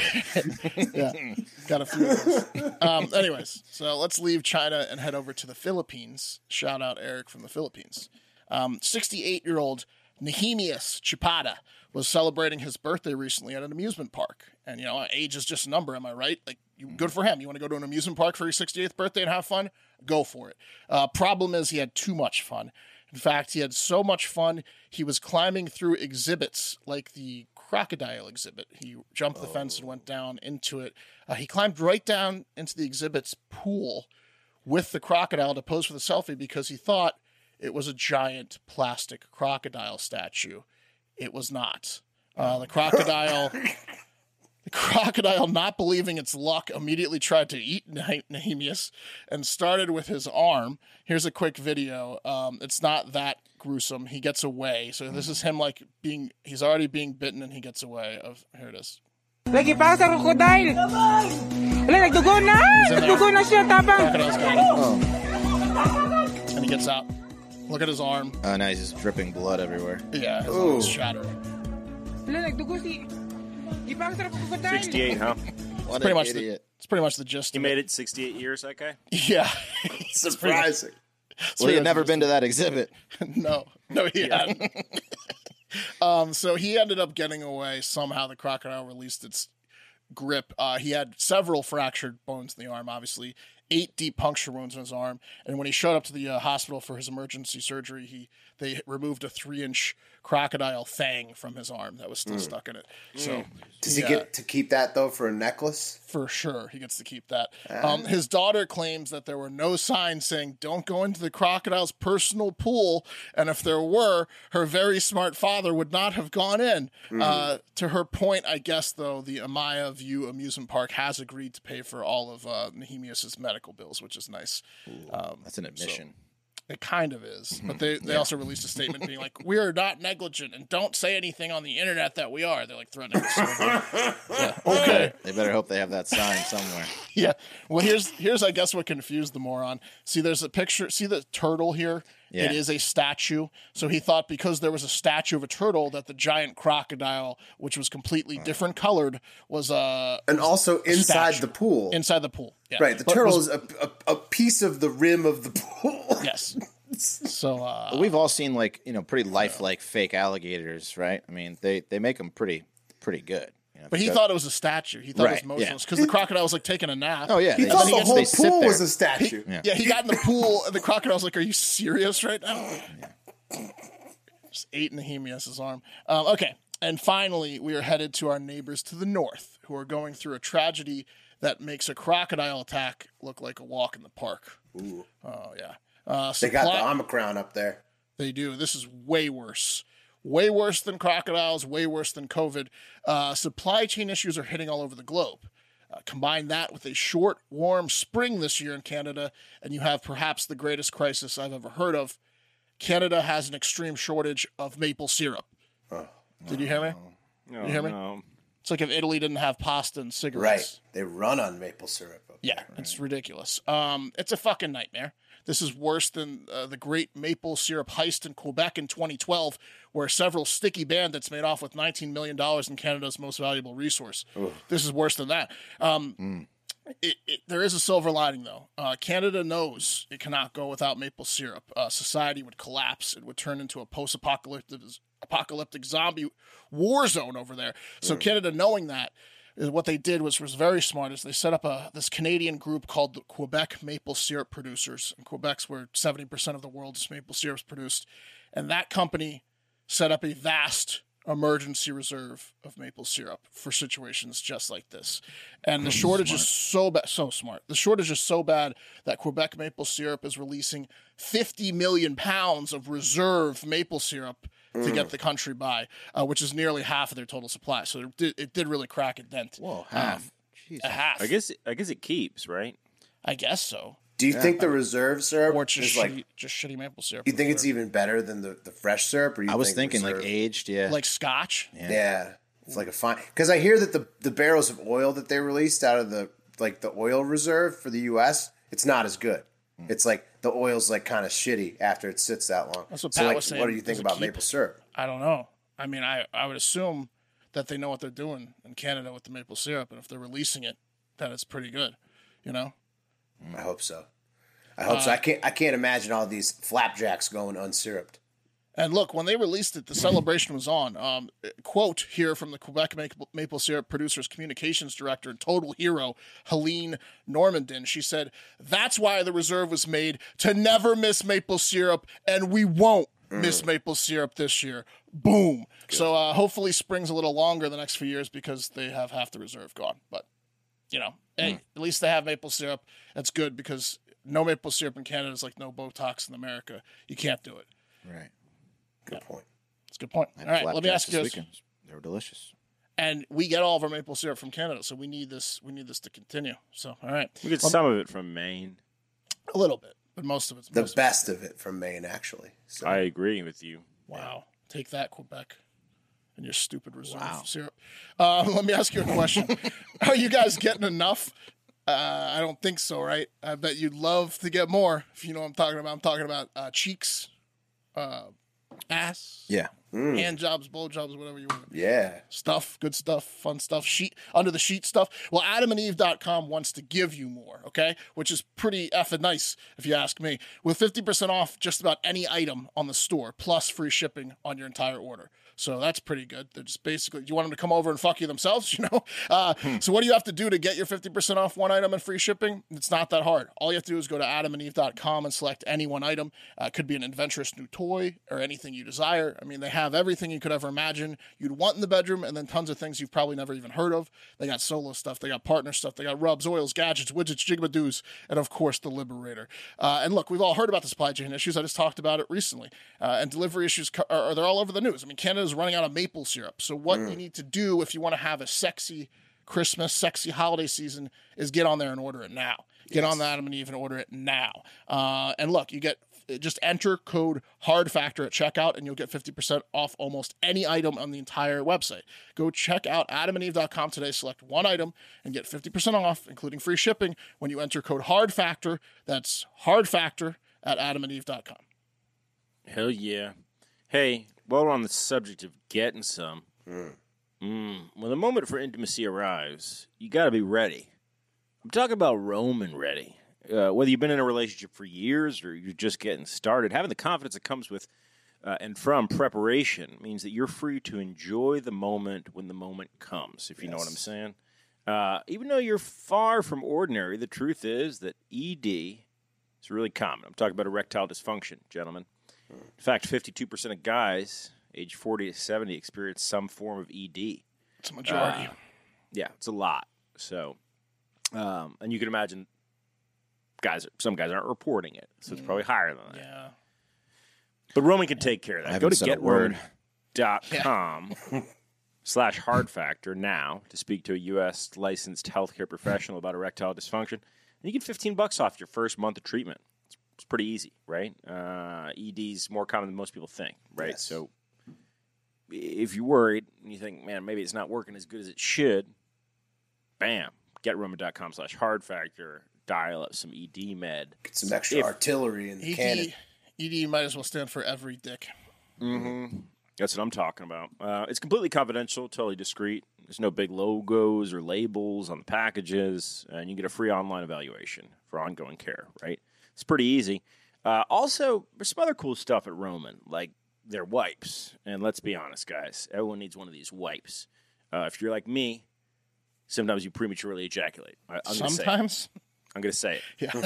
Speaker 2: Got a few. of those. Um, anyways, so let's leave China and head over to the Philippines. Shout out Eric from the Philippines. Um, 68-year-old Nehemias Chipata was celebrating his birthday recently at an amusement park. And you know, age is just a number, am I right? Like, you, good for him. You want to go to an amusement park for your 68th birthday and have fun? Go for it. Uh, problem is, he had too much fun. In fact, he had so much fun, he was climbing through exhibits like the crocodile exhibit. He jumped the fence and went down into it. Uh, he climbed right down into the exhibit's pool with the crocodile to pose for the selfie because he thought it was a giant plastic crocodile statue. It was not. Uh, the crocodile. The crocodile, not believing its luck, immediately tried to eat Nah- Nehemias and started with his arm. Here's a quick video. Um, it's not that gruesome. He gets away. So this is him like being he's already being bitten and he gets away. Of here it is.
Speaker 11: Nagipasa crocodile. Wala, nagdugo na. Nagdugo na siya, tabang.
Speaker 2: Crocodile's got him. And he gets out. Look at his arm.
Speaker 3: oh, now he's just dripping blood everywhere.
Speaker 2: Yeah, his arm's shattered.
Speaker 11: Wala, nagdugo si... Gipasa crocodile.
Speaker 4: 68, huh?
Speaker 3: What
Speaker 2: Pretty
Speaker 3: an
Speaker 2: much the,
Speaker 3: idiot!
Speaker 2: it's pretty much the gist.
Speaker 4: He
Speaker 2: Of
Speaker 4: made it 68 years, that guy?
Speaker 2: it. Yeah.
Speaker 1: Surprising.
Speaker 3: well, he had never been to that exhibit.
Speaker 2: No, no, he hadn't. um, so he ended up getting away. Somehow the crocodile released its grip. Uh, he had several fractured bones in the arm, obviously, eight deep puncture wounds in his arm. And when he showed up to the uh, hospital for his emergency surgery, he they removed a three inch crocodile fang from his arm that was still stuck in it. So
Speaker 1: Does he get to keep that though for a necklace?
Speaker 2: for sure he gets to keep that. Um, his daughter claims that there were no signs saying don't go into the crocodile's personal pool, and if there were, her very smart father would not have gone in. Uh, to her point, I guess though, the Amaya View amusement park has agreed to pay for all of uh, Nehemius's medical bills, which is nice.
Speaker 3: That's an admission.
Speaker 2: It kind of is, but they, they also released a statement being like, "We are not negligent, and don't say anything on the internet that we are." They're like threatening. us. okay.
Speaker 3: They better hope they have that sign somewhere.
Speaker 2: Yeah. Well, here's here's I guess what confused the moron. See, there's a picture. See the turtle here.
Speaker 3: Yeah.
Speaker 2: It is a statue. So he thought because there was a statue of a turtle that the giant crocodile, which was completely
Speaker 3: Hmm.
Speaker 2: different colored, was uh
Speaker 1: And also inside the
Speaker 2: statue.
Speaker 1: pool.
Speaker 2: inside the pool. Yeah.
Speaker 1: right. The
Speaker 2: But
Speaker 1: turtle
Speaker 2: was-
Speaker 1: is a, a, a piece of the rim of the pool.
Speaker 2: yes. So uh,
Speaker 3: We've all seen like you know pretty lifelike fake alligators, right? I mean, they they make them pretty pretty good. You know,
Speaker 2: but he
Speaker 3: because-
Speaker 2: thought it was a statue. He thought it
Speaker 3: Right,
Speaker 2: was
Speaker 3: yeah.
Speaker 2: motionless because the crocodile was like taking a nap.
Speaker 3: oh yeah,
Speaker 1: He
Speaker 3: they-
Speaker 1: thought
Speaker 3: they
Speaker 1: the
Speaker 3: just-
Speaker 1: whole
Speaker 3: they sit
Speaker 1: pool
Speaker 3: there.
Speaker 1: was a statue.
Speaker 2: Yeah, he got in the pool, and the crocodile's like, "Are you serious right now?" Just ate Nehemias' arm. Um, okay, and finally, we are headed to our neighbors to the north, who are going through a tragedy that makes a crocodile attack look like a walk in the park. Ooh. Oh yeah. Uh,
Speaker 1: They got
Speaker 2: supply-
Speaker 1: the Omicron up there.
Speaker 2: they do. This is way worse. Way worse than crocodiles, way worse than COVID. Uh, supply chain issues are hitting all over the globe. Uh, combine that with a short, warm spring this year in Canada, and you have perhaps the greatest crisis I've ever heard of Canada has an extreme shortage of maple syrup. Did you hear me?
Speaker 4: No,
Speaker 2: You hear me?
Speaker 4: no.
Speaker 2: It's like if Italy didn't have pasta and cigarettes.
Speaker 1: Right. They run on maple syrup. up
Speaker 2: Yeah, it's ridiculous. Um, it's a fucking nightmare. This is worse than uh, the great maple syrup heist in Quebec in 2012, where several sticky bandits made off with 19 million dollars in Canada's most valuable resource. This is worse than that. Um, it, it, there is a silver lining though. Uh, Canada knows it cannot go without maple syrup. Uh, society would collapse. It would turn into a post-apocalyptic apocalyptic zombie war zone over there. So Canada, knowing that, is what they did was was very smart. Is they set up a this Canadian group called the Quebec Maple Syrup Producers. And Quebec's where seventy percent of the world's maple syrup is produced, and that company set up a vast emergency reserve of maple syrup for situations just like this. And the shortage is so bad, so smart. The shortage is so bad that Quebec maple syrup is releasing 50 million pounds of reserve maple syrup to get the country by, uh, which is nearly half of their total supply. So it did, it did really crack a dent. Whoa, half. a half.
Speaker 4: I guess I guess it keeps right.
Speaker 2: I guess so.
Speaker 1: Do you think the reserve syrup
Speaker 2: Or
Speaker 1: is
Speaker 2: just shitty,
Speaker 1: like?
Speaker 2: just shitty maple syrup.
Speaker 1: Do you think it's even better than the, the fresh syrup? Or you
Speaker 3: I was
Speaker 1: think
Speaker 3: thinking like
Speaker 1: reserve-
Speaker 3: aged, yeah.
Speaker 2: like scotch?
Speaker 1: Yeah. it's like a fine because I hear that the the barrels of oil that they released out of the like the oil reserve for the U.S. It's not as good. It's like the oil's like kind of shitty after it sits that long.
Speaker 2: That's what
Speaker 1: so
Speaker 2: Pat
Speaker 1: like,
Speaker 2: was saying.
Speaker 1: what do you
Speaker 2: Does
Speaker 1: think
Speaker 2: it
Speaker 1: about
Speaker 2: keep?
Speaker 1: maple syrup?
Speaker 2: I don't know. I mean, I, I would assume that they know what they're doing in Canada with the maple syrup, and if they're releasing it, that it's pretty good, you know?
Speaker 1: I hope so. I hope
Speaker 2: Uh,
Speaker 1: so. I can't. I can't imagine all these flapjacks going unsyruped.
Speaker 2: And look, when they released it, the celebration was on. Um, quote here from the Quebec maple, maple syrup producers communications director and total hero, Helene Normandin. She said, That's why the reserve was made to never miss maple syrup, and we won't miss maple syrup this year. Boom. So uh, hopefully spring's a little longer the next few years because they have half the reserve gone. But, you know, hey, at least they have maple syrup. That's good because no maple syrup in Canada is like no Botox in America. You can't do it.
Speaker 3: right.
Speaker 1: Good point.
Speaker 2: That's a good point.
Speaker 3: I
Speaker 2: All
Speaker 3: had
Speaker 2: right, let me
Speaker 3: flapjacks
Speaker 2: ask you
Speaker 3: this
Speaker 2: this.
Speaker 3: weekend. They were delicious.
Speaker 2: And we get all of our maple syrup from Canada, so we need this. We need this to continue. So, all right,
Speaker 4: We get some of it from Maine.
Speaker 2: a little bit, but most of it's
Speaker 1: The
Speaker 2: most-
Speaker 1: best of it from Maine, actually. So
Speaker 4: I agree with you.
Speaker 2: Wow, take that, Quebec, and your stupid reserve syrup. Uh, let me ask you a question: Are you guys getting enough? Uh, I don't think so, right? I bet you'd love to get more. If you know what I'm talking about, I'm talking about uh, cheeks, uh, ass,
Speaker 3: Yeah.
Speaker 2: hand jobs, blow jobs, whatever you want.
Speaker 1: yeah,
Speaker 2: stuff, good stuff, fun stuff, sheet under the sheet stuff. Well, adamandeve.com wants to give you more, okay? Which is pretty effing nice if you ask me. With 50% off just about any item on the store plus free shipping on your entire order. So that's pretty good. They're just basically you want them to come over and fuck you themselves, you know? Uh, so what do you have to do to get your 50% off one item and free shipping? It's not that hard. All you have to do is go to adamandeve.com and select any one item. Uh, it could be an adventurous new toy or anything you desire. I mean, they have everything you could ever imagine you'd want in the bedroom, and then tons of things you've probably never even heard of. They got solo stuff, they got partner stuff, they got rubs, oils, gadgets, widgets, jigmadoos, and of course, the Liberator. Uh, and look, we've all heard about the supply chain issues. I just talked about it recently. Uh, and delivery issues co- are, are they're all over the news. I mean, Canada's running out of maple syrup. So, what you need to do if you want to have a sexy Christmas, sexy holiday season is get on there and order it now. Get on the Adam and Eve and order it now. Uh, and look, you get just enter code hard factor at checkout and you'll get 50% off almost any item on the entire website go check out adamandeve.com today select one item and get 50% off including free shipping when you enter code hard factor that's hard factor at adamandeve.com
Speaker 4: Hell yeah. Hey, while we're on the subject of getting some, mm, when the moment for intimacy arrives, you got to be ready. I'm talking about Roman ready. Uh, whether you've been in a relationship for years or you're just getting started, having the confidence that comes with uh, and from preparation means that you're free to enjoy the moment when the moment comes, if you know what I'm saying. Uh, even though you're far from ordinary, the truth is that ED is really common. I'm talking about erectile dysfunction, gentlemen. In fact, 52% of guys age 40 to 70 experience some form of ED.
Speaker 2: it's a majority
Speaker 4: Ah. Yeah, it's a lot. So, um, and you can imagine guys, some guys aren't reporting it. So it's probably higher than that.
Speaker 2: yeah
Speaker 4: But Roman can take care of
Speaker 3: I
Speaker 4: that.
Speaker 3: haven't
Speaker 4: Go to
Speaker 3: said a word.
Speaker 4: getroman.com slash hard factor now to speak to a U.S. licensed healthcare professional about erectile dysfunction. And you get 15 bucks off your first month of treatment. It's, it's pretty easy, right? Uh, ED's more common than most people think, right?
Speaker 1: Yes.
Speaker 4: So if you're worried and you think, man, maybe it's not working as good as it should, bam, getroman.com slash hard factor, dial up some ED med.
Speaker 1: Get some extra
Speaker 4: If-
Speaker 1: artillery in the cannon.
Speaker 2: ED, ED E might as well stand for every dick.
Speaker 4: That's what I'm talking about. Uh, it's completely confidential, totally discreet. There's no big logos or labels on the packages, and you get a free online evaluation for ongoing care, right? It's pretty easy. Uh, also, there's some other cool stuff at Roman, like their wipes. And let's be honest, guys, everyone needs one of these wipes. Uh, if you're like me, sometimes you prematurely ejaculate. I, I'm gonna say it.
Speaker 2: Sometimes,
Speaker 4: I'm going to say it.
Speaker 2: yeah.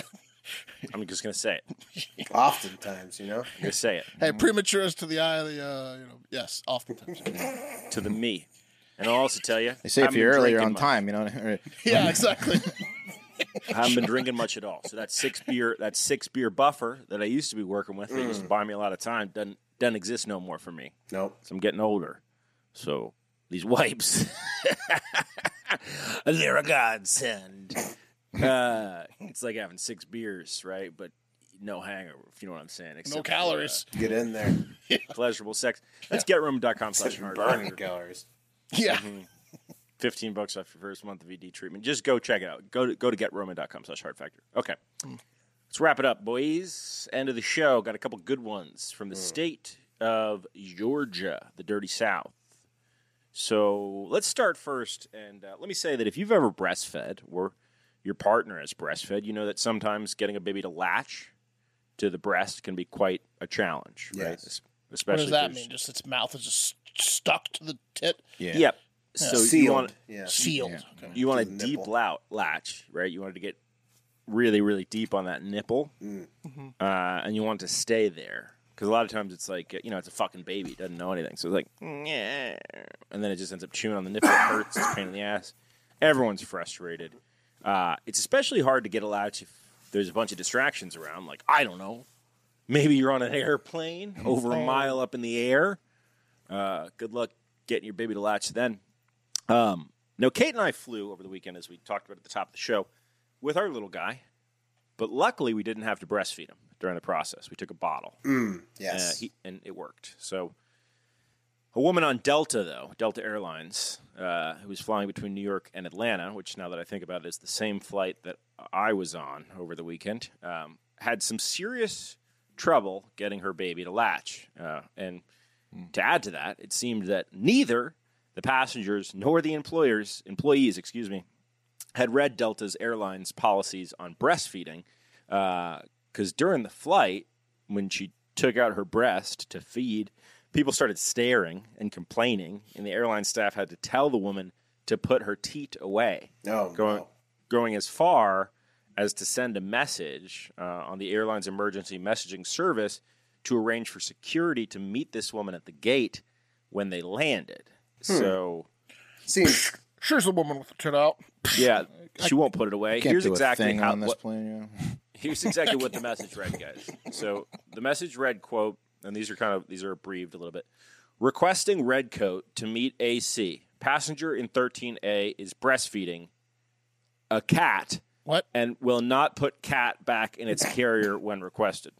Speaker 4: I'm just going to say it. I'm
Speaker 1: Oftentimes, you know,
Speaker 4: going to say it.
Speaker 2: hey, premature is to the eye of the, uh, you know, yes, oftentimes.
Speaker 4: to the me. And I'll also tell you,
Speaker 3: They say if
Speaker 4: I've
Speaker 3: you're
Speaker 4: been
Speaker 3: earlier
Speaker 4: drinking
Speaker 3: on
Speaker 4: my-
Speaker 3: time, you know.
Speaker 2: yeah, exactly.
Speaker 4: I haven't been drinking much at all. So that six beer that six beer buffer that I used to be working with, that used to buy me a lot of time, doesn't doesn't exist no more for me.
Speaker 1: nope.
Speaker 4: So I'm getting older. So these wipes, they're a godsend. Uh, it's like having six beers, right? But no hangover, if you know what I'm saying.
Speaker 2: No
Speaker 4: except for, uh,
Speaker 2: calories.
Speaker 1: Get in there.
Speaker 4: pleasurable sex. Let's getroom.com slash hard
Speaker 1: Burning
Speaker 4: factor.
Speaker 1: calories.
Speaker 2: Yeah.
Speaker 4: 15 bucks off your first month of ED treatment. Just go check it out. Go to go to getroman.com slash hard factor. Okay.
Speaker 1: Hmm.
Speaker 4: Let's wrap it up, boys. End of the show. Got a couple good ones from
Speaker 1: Hmm.
Speaker 4: the state of Georgia, the dirty south. So let's start first. And uh, let me say that if you've ever breastfed or your partner has breastfed, you know that sometimes getting a baby to latch to the breast can be quite a challenge, right?
Speaker 1: Yes.
Speaker 4: Es-
Speaker 2: What
Speaker 4: Especially
Speaker 2: does
Speaker 4: if
Speaker 2: that
Speaker 4: there's-
Speaker 2: mean? Just its mouth is just stuck to the tit,
Speaker 3: yeah.
Speaker 4: Yep. So you
Speaker 1: Sealed.
Speaker 4: want
Speaker 1: yeah.
Speaker 2: sealed. Okay.
Speaker 4: you want a
Speaker 1: the
Speaker 4: deep
Speaker 1: nipple.
Speaker 4: lou- latch, right? You wanted to get really, really deep on that nipple,
Speaker 1: Mm.
Speaker 4: uh, and you want it to stay there because a lot of times it's like you know it's a fucking baby it doesn't know anything, so it's like yeah, and then it just ends up chewing on the nipple. It hurts. It's a pain in the ass. Everyone's frustrated. Uh, it's especially hard to get a latch if there's a bunch of distractions around. Like I don't know, maybe you're on an airplane over a mile up in the air. Uh, good luck getting your baby to latch then. Um, now, Kate and I flew over the weekend, as we talked about at the top of the show, with our little guy. But luckily, we didn't have to breastfeed him during the process. We took a bottle, uh,
Speaker 1: Yes.
Speaker 4: he, and it worked. So, a woman on Delta, though Delta Airlines, uh, who was flying between New York and Atlanta, which now that I think about it is the same flight that I was on over the weekend, um, had some serious trouble getting her baby to latch. Uh, and to add to that, it seemed that neither the passengers nor the employers employees, excuse me, had read Delta's airlines policies on breastfeeding. Because during the flight, when she took out her breast to feed, people started staring and complaining, and the airline staff had to tell the woman to put her teat away,
Speaker 1: No,
Speaker 4: going
Speaker 1: no.
Speaker 4: going as far as to send a message uh, on the airline's emergency messaging service to arrange for security to meet this woman at the gate when they landed.
Speaker 3: Hmm.
Speaker 4: So
Speaker 1: Seems
Speaker 2: Here's a woman with a tit out.
Speaker 4: yeah, she won't put it away.
Speaker 3: Can't
Speaker 4: Here's
Speaker 3: do a
Speaker 4: exactly
Speaker 3: thing
Speaker 4: how
Speaker 3: on this
Speaker 4: what-
Speaker 3: plane. You know?
Speaker 4: here's exactly what the message read, guys. So the message read, quote, and these are kind of these are abbreviated a little bit. Requesting red coat to meet AC. Passenger in 13A is breastfeeding a cat
Speaker 2: What?
Speaker 4: and will not put cat back in its carrier when requested.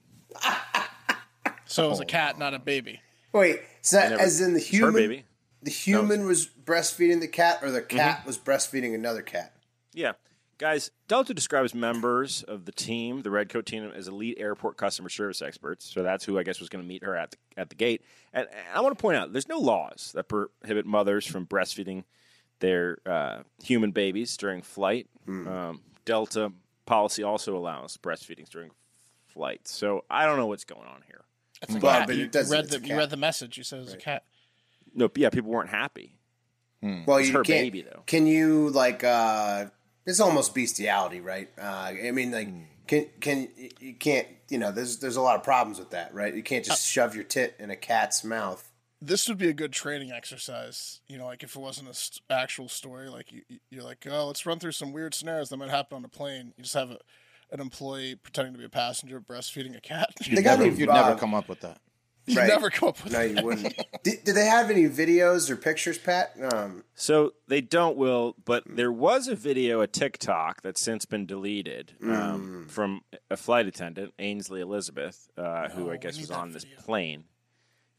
Speaker 2: So it was a cat, not a baby.
Speaker 1: Wait, Oh. it's not
Speaker 4: never-
Speaker 1: as in the
Speaker 4: it's her
Speaker 1: human.
Speaker 4: baby.
Speaker 1: The human was breastfeeding the cat, or the cat was breastfeeding another cat.
Speaker 4: Yeah. Guys, Delta describes members of the team, the Red Coat team, as elite airport customer service experts. So that's who I guess was going to meet her at the, at the gate. And, and I want to point out there's no laws that prohibit mothers from breastfeeding their uh, human babies during flight. Um, Delta policy also allows breastfeedings during flight. So I don't know what's going on here.
Speaker 2: It's a
Speaker 1: Well,
Speaker 2: cat.
Speaker 1: but it
Speaker 2: you,
Speaker 1: doesn't-
Speaker 2: read
Speaker 1: it's a
Speaker 2: the, you
Speaker 1: cat.
Speaker 2: read the message. You said it was a cat.
Speaker 4: No, yeah, people weren't happy.
Speaker 1: Well,
Speaker 4: It's
Speaker 1: you
Speaker 4: her
Speaker 1: can't.
Speaker 4: baby, though.
Speaker 1: Can you like? uh It's almost bestiality, right? Uh I mean, like, can can you- you can't? You know, there's there's a lot of problems with that, right? You can't just shove your tit in a cat's mouth.
Speaker 2: This would be a good training exercise. You know, like if it wasn't an st- actual story, like you, you- you're like, oh, let's run through some weird scenarios that might happen on a plane. You just have a, an employee pretending to be a passenger breastfeeding a cat.
Speaker 1: They
Speaker 3: You'd
Speaker 1: got
Speaker 3: never,
Speaker 1: me,
Speaker 3: you'd
Speaker 1: uh,
Speaker 3: never come up with that.
Speaker 2: You
Speaker 1: Right.
Speaker 2: never come up with
Speaker 1: No,
Speaker 2: that.
Speaker 1: you wouldn't. did, did they have any videos or pictures, Pat? Um,
Speaker 4: So they don't, Will, but there was a video, a TikTok that's since been deleted um, from a flight attendant, Ainsley Elizabeth, uh, who I guess was on this plane.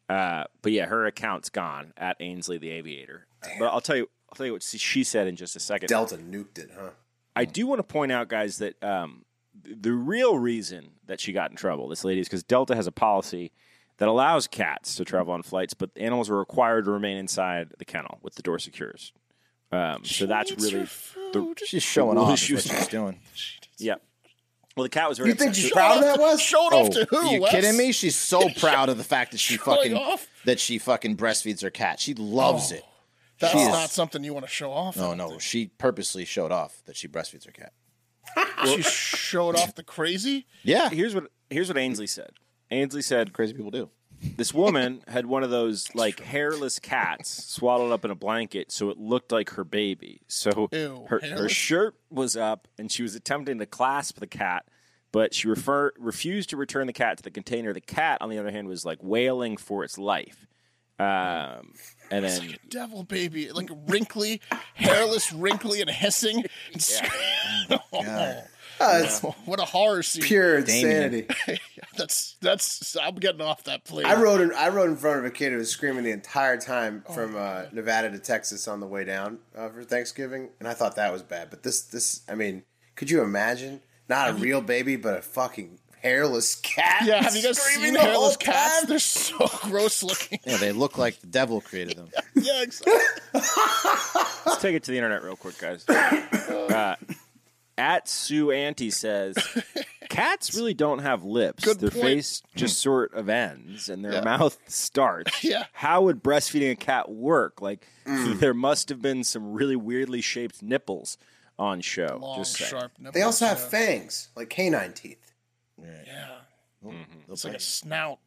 Speaker 4: Uh, but yeah, her account's gone at Ainsley the Aviator. But I'll tell you, I'll tell you what she said in just a second.
Speaker 1: Delta nuked it, huh?
Speaker 4: I do want to point out, guys, that um, th- the real reason that she got in trouble, this lady, is because Delta has a policy that allows cats to travel on flights, but the animals are required to remain inside the kennel with the door secures. Um, so that's really, the,
Speaker 3: She's showing
Speaker 4: Well,
Speaker 3: off
Speaker 4: she
Speaker 3: she
Speaker 4: was-
Speaker 3: what she's doing.
Speaker 4: yeah. Well, the cat was very.
Speaker 1: You think
Speaker 4: upset.
Speaker 1: she's proud of that, Wes?
Speaker 2: Showed off to who?
Speaker 3: Are Oh, you
Speaker 2: Wes?
Speaker 3: kidding me? She's so proud of the fact that she
Speaker 2: Showing
Speaker 3: fucking
Speaker 2: off?
Speaker 3: that she fucking breastfeeds her cat. She loves it.
Speaker 2: That's
Speaker 3: She is-
Speaker 2: not something you want to show off.
Speaker 3: No, no, she purposely showed off that she breastfeeds her cat.
Speaker 2: She showed off the crazy.
Speaker 3: Yeah,
Speaker 4: Here's what here's what Ainsley said. Ainsley said
Speaker 3: crazy people do.
Speaker 4: this woman had one of those like hairless cats swaddled up in a blanket so it looked like her baby so
Speaker 2: Ew,
Speaker 4: her, her
Speaker 2: hairless?
Speaker 4: shirt was up and she was attempting to clasp the cat but she refer, refused to return the cat to the container the cat on the other hand was like wailing for its life um, and then
Speaker 2: Devil baby, like wrinkly, hairless, wrinkly, and hissing. And screaming.
Speaker 1: Oh, it's
Speaker 2: what a horror scene!
Speaker 1: pure
Speaker 3: Damien.
Speaker 1: insanity.
Speaker 2: That's that's. I'm getting off that plane.
Speaker 1: I rode in, I rode in front of a kid who was screaming the entire
Speaker 2: Oh,
Speaker 1: time from uh, Nevada to Texas on the way down uh, for Thanksgiving, and I thought that was bad. But this this I mean, could you imagine? Not a real baby, but a fucking hairless cat.
Speaker 2: Yeah, have you guys
Speaker 1: screaming
Speaker 2: seen
Speaker 1: the whole
Speaker 2: hairless cats?
Speaker 1: time?
Speaker 2: They're so gross looking.
Speaker 3: Yeah, they look like the devil created them.
Speaker 2: yeah, exactly.
Speaker 4: Let's take it to the internet real quick, guys. Uh, at Sue Ante says, cats really don't have lips.
Speaker 2: Good
Speaker 4: their
Speaker 2: point.
Speaker 4: face just sort of ends and their
Speaker 2: Yeah.
Speaker 4: mouth starts.
Speaker 2: Yeah. Mm.
Speaker 4: How would breastfeeding a cat work? Like, there must have been some really weirdly shaped nipples on show.
Speaker 2: Long,
Speaker 4: just saying.
Speaker 2: sharp nipples.
Speaker 1: They also have
Speaker 2: yeah.
Speaker 1: fangs, like canine teeth.
Speaker 2: Yeah, it's like a snout.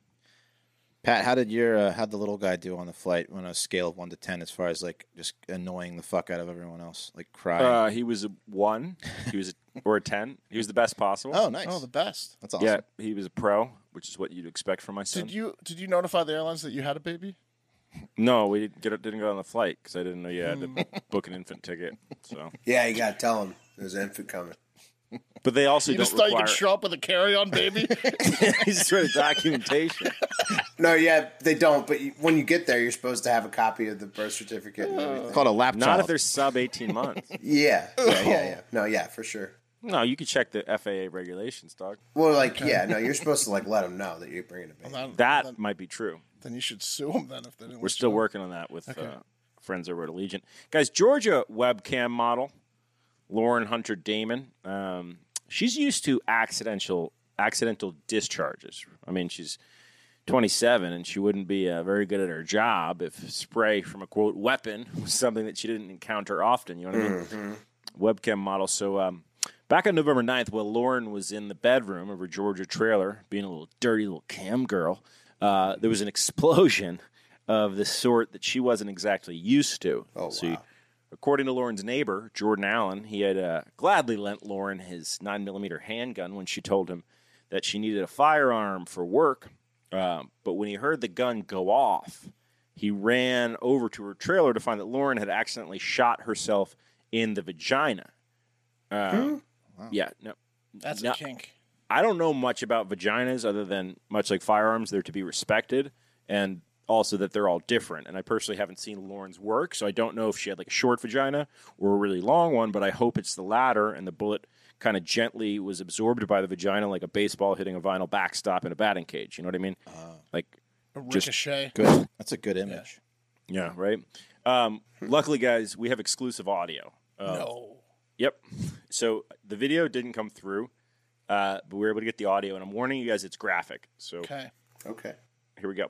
Speaker 3: Pat, how did your uh, how'd the little guy do on the flight on a scale of one to ten as far as like just annoying the fuck out of everyone else, like crying?
Speaker 4: Uh, he was a one. He was a, or a ten. He was the best possible.
Speaker 3: oh, nice.
Speaker 2: Oh, the best.
Speaker 3: That's awesome.
Speaker 4: yeah. He was a pro, which is what you'd expect from my son.
Speaker 2: Did you did you notify the airlines that you had a baby?
Speaker 4: No, we didn't, get, didn't go on the flight because I didn't know you had
Speaker 2: Hmm.
Speaker 4: to book an infant ticket. So,
Speaker 1: Yeah, you gotta tell them there's an infant coming.
Speaker 4: but they also
Speaker 2: You
Speaker 4: don't
Speaker 2: just thought you
Speaker 4: require.
Speaker 2: could show up with a carry on baby?
Speaker 4: He's sort of documentation.
Speaker 1: No, yeah, they don't. But you, when you get there, you're supposed to have a copy of the birth certificate. And everything.
Speaker 3: It's called a lap
Speaker 4: Not if they're sub 18 months.
Speaker 1: Yeah, yeah, yeah, yeah. No, yeah, for sure.
Speaker 4: No, you could check the FAA regulations, dog.
Speaker 1: Well, like, yeah, no, you're supposed to like let them know that you're bringing a baby.
Speaker 2: Then-
Speaker 4: That
Speaker 2: then,
Speaker 4: might be true.
Speaker 2: then you should sue them then if they didn't.
Speaker 4: We're still working on that with uh, friends over at Allegiant. Guys, Georgia webcam model, Lauren Hunter Damon, um, she's used to accidental accidental discharges. I mean, she's 27 and she wouldn't be uh, very good at her job if spray from a quote weapon was something that she didn't encounter often. You know what I mean? webcam model. So um, back on November 9th, while Lauren was in the bedroom of her Georgia trailer, being a little dirty little cam girl, uh, there was an explosion of the sort that she wasn't exactly used to. Oh, wow. According to Lauren's neighbor, Jordan Allen, he had uh, gladly lent Lauren his 9mm handgun when she told him that she needed a firearm for work. Um, but when he heard the gun go off, he ran over to her trailer to find that Lauren had accidentally shot herself in the vagina. Um, Yeah, no,
Speaker 2: That's
Speaker 4: No.
Speaker 2: a kink.
Speaker 4: I don't know much about vaginas other than much like firearms, they're to be respected, and also that they're all different. And I personally haven't seen Lauren's work, so I don't know if she had like a short vagina or a really long one. But I hope it's the latter, and the bullet kind of gently was absorbed by the vagina like a baseball hitting a vinyl backstop in a batting cage. You know what I mean? like
Speaker 2: A
Speaker 4: Just-
Speaker 2: ricochet.
Speaker 3: good. That's a good image.
Speaker 4: yeah, right. Um, luckily, guys, we have exclusive audio. of
Speaker 2: No.
Speaker 4: Yep. So the video didn't come through, uh, but we were able to get the audio, and I'm warning you guys, it's graphic. So
Speaker 2: Okay.
Speaker 1: Okay.
Speaker 4: here we go.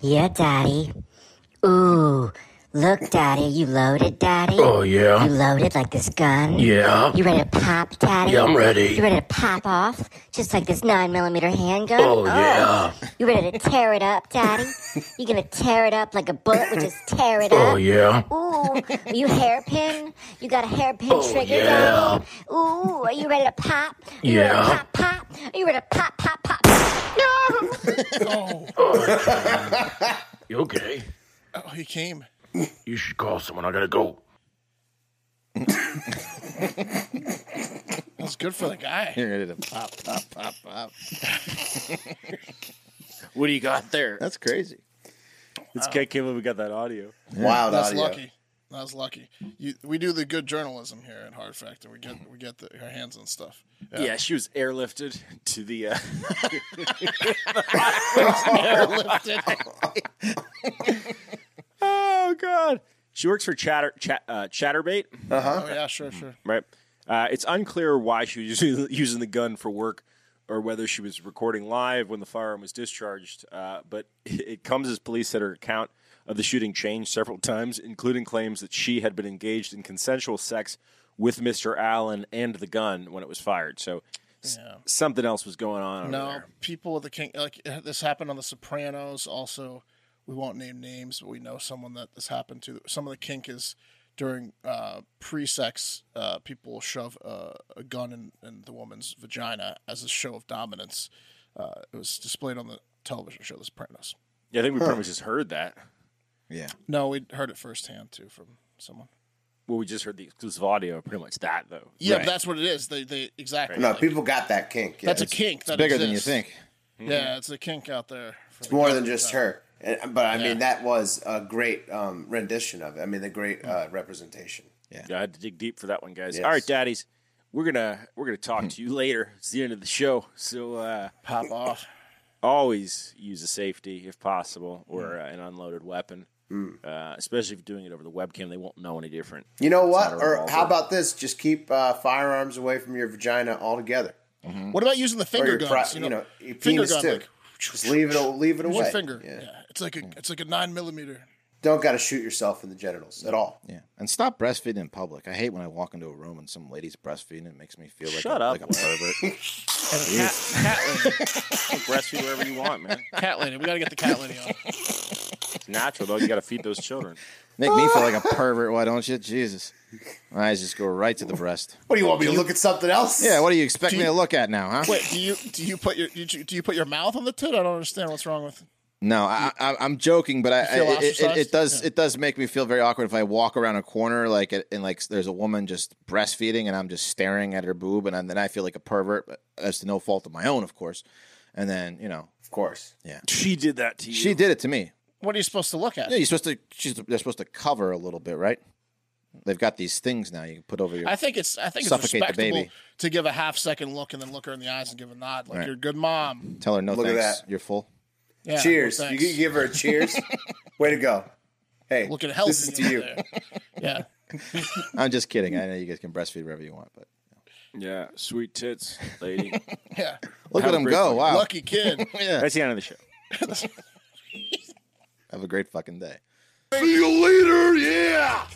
Speaker 12: Yeah, Daddy. Ooh, look, Daddy. You loaded, Daddy? Oh, yeah. You loaded like this gun? Yeah. You ready to pop, Daddy? Yeah, I'm ready. You ready to pop off? Just like this 9mm handgun? Oh, yeah. You ready to tear it up, Daddy? you gonna tear it up like a bullet would just tear it up? Oh, yeah. Ooh, are you hairpin? You got a hairpin trigger, Daddy? Ooh, are you ready to pop? Are you ready to
Speaker 7: Yeah.
Speaker 12: Pop, pop. Are you ready to pop, pop, pop?
Speaker 2: No.
Speaker 5: You okay?
Speaker 2: Oh, he came.
Speaker 5: You should call someone. I gotta go.
Speaker 2: That was good for the guy.
Speaker 3: You're ready to pop, pop, pop, pop.
Speaker 4: What do you got there?
Speaker 3: That's crazy.
Speaker 4: It's I can't believe we got that audio.
Speaker 1: Wild
Speaker 2: That's
Speaker 1: audio.
Speaker 2: lucky. That was lucky. You, we do the good journalism here at Hard Factor. We get we get the, our hands on stuff.
Speaker 4: Yeah. she was airlifted to the. Uh, oh God! She works for Chatter Chat, uh, Chatterbait, Uh-huh.
Speaker 2: Oh yeah, sure, sure.
Speaker 4: right? Uh, it's unclear why she was using, using the gun for work, or whether she was recording live when the firearm was discharged. Uh, but it comes as police said her account of the shooting changed several times, including claims that she had been engaged in consensual sex with Mr. Allen and the gun when it was fired. So. s- Something else was going on.
Speaker 3: Oh,
Speaker 4: over
Speaker 2: No,
Speaker 4: there.
Speaker 2: people with the king like uh, this happened on The Sopranos. Also, we won't name names, but we know someone that this happened to. Some of the kink is during uh, pre-sex, uh, people will shove uh, a gun in, in the woman's vagina as a show of dominance. Uh, it was displayed on the television show The Sopranos.
Speaker 4: Yeah, I think we pretty much just heard that.
Speaker 3: Yeah.
Speaker 2: No, we heard it firsthand too from someone.
Speaker 4: Well, we just heard the exclusive audio, pretty much that though.
Speaker 2: Yeah,
Speaker 3: Right.
Speaker 2: that's what it is. They they exactly.
Speaker 1: No,
Speaker 2: Like,
Speaker 1: people got that kink. Yeah,
Speaker 2: that's a
Speaker 1: it's,
Speaker 2: kink. That's
Speaker 3: Bigger than you think.
Speaker 2: Yeah, it's a kink out there. for
Speaker 1: it's
Speaker 2: the
Speaker 1: more
Speaker 2: guy
Speaker 1: than
Speaker 2: that's
Speaker 1: just
Speaker 2: out.
Speaker 1: her. And, but I mean, that was a great um, rendition of it. I mean, the great uh, representation.
Speaker 4: Yeah, I had to dig deep for that one, guys.
Speaker 1: Yes.
Speaker 4: All right, daddies, we're gonna we're gonna talk to you later. It's the end of the show, so uh,
Speaker 2: Pop off.
Speaker 4: always use a safety if possible
Speaker 1: Mm.
Speaker 4: or uh, an unloaded weapon, uh, especially if you're doing it over the webcam. They won't know any different.
Speaker 1: You know what?
Speaker 4: not a
Speaker 1: Or
Speaker 4: revolver.
Speaker 1: how about this? Just keep uh, firearms away from your vagina altogether.
Speaker 2: What about using the
Speaker 1: Or
Speaker 2: finger
Speaker 1: your, pri-
Speaker 2: guns?
Speaker 1: you know, your
Speaker 2: finger
Speaker 1: penis
Speaker 2: gun,
Speaker 1: too.
Speaker 2: like,
Speaker 1: Just leave it. Leave it
Speaker 2: use
Speaker 1: away.
Speaker 2: your finger.
Speaker 1: Yeah. Mm.
Speaker 2: Yeah. it's like a it's like a nine millimeter.
Speaker 1: Don't got to shoot yourself in the genitals at all.
Speaker 3: Yeah. And stop breastfeeding in public. I hate when I walk into a room and some lady's breastfeeding. It makes me feel like,
Speaker 4: Shut
Speaker 3: a,
Speaker 4: up,
Speaker 3: like a pervert.
Speaker 2: Cat, cat
Speaker 4: breastfeed wherever you want, man?
Speaker 2: lady, cat lady. We gotta get the cat lady on.
Speaker 4: It's natural though. You got to feed those children.
Speaker 3: Make me feel like a pervert. Why don't you? Jesus. My eyes just go right to the breast.
Speaker 1: What do you want me to look at something else?
Speaker 3: Yeah, what do you expect
Speaker 2: Do
Speaker 3: me
Speaker 2: you-
Speaker 3: to look at now, huh?
Speaker 2: Wait, do you do you put your do you, do you put your mouth on the tit? I don't understand what's wrong with.
Speaker 3: No, I, I, I'm joking, but I,
Speaker 2: feel
Speaker 3: it, it, it,
Speaker 2: ostracized?
Speaker 3: does
Speaker 2: Yeah.
Speaker 3: it does make me feel very awkward if I walk around a corner like and like there's a woman just breastfeeding and I'm just staring at her boob and, then I feel like a pervert, but that's to no fault of my own, of course. And then you know
Speaker 1: Of course.
Speaker 4: She did that to you.
Speaker 3: she did it to me.
Speaker 2: What are you supposed to look at?
Speaker 3: Yeah, you're supposed to she's they're supposed to cover a little bit, right? They've got these things now you can put over your.
Speaker 2: I think it's I think it's
Speaker 3: Suffocate the
Speaker 2: respectable
Speaker 3: baby.
Speaker 2: to give a half second look and then look her in the eyes and give a nod like
Speaker 3: Right.
Speaker 2: you're a good mom.
Speaker 3: tell her no
Speaker 1: Look at
Speaker 3: thanks.
Speaker 1: that.
Speaker 3: You're full.
Speaker 2: Yeah, well,
Speaker 1: cheers. you
Speaker 2: thanks.
Speaker 1: can give her a cheers. Way to go. Hey,
Speaker 2: Looking healthy.
Speaker 1: this is to
Speaker 2: over
Speaker 1: you.
Speaker 2: there. Yeah.
Speaker 3: I'm just kidding. I know you guys can breastfeed wherever you want, but
Speaker 4: Yeah, sweet tits, lady.
Speaker 2: Yeah.
Speaker 3: look
Speaker 4: Have
Speaker 3: at
Speaker 4: a
Speaker 3: him
Speaker 4: great
Speaker 3: go!
Speaker 4: fucking-
Speaker 3: Wow,
Speaker 2: Lucky kid.
Speaker 4: That's the end of the show.
Speaker 3: have a great fucking day.
Speaker 9: See you later, yeah!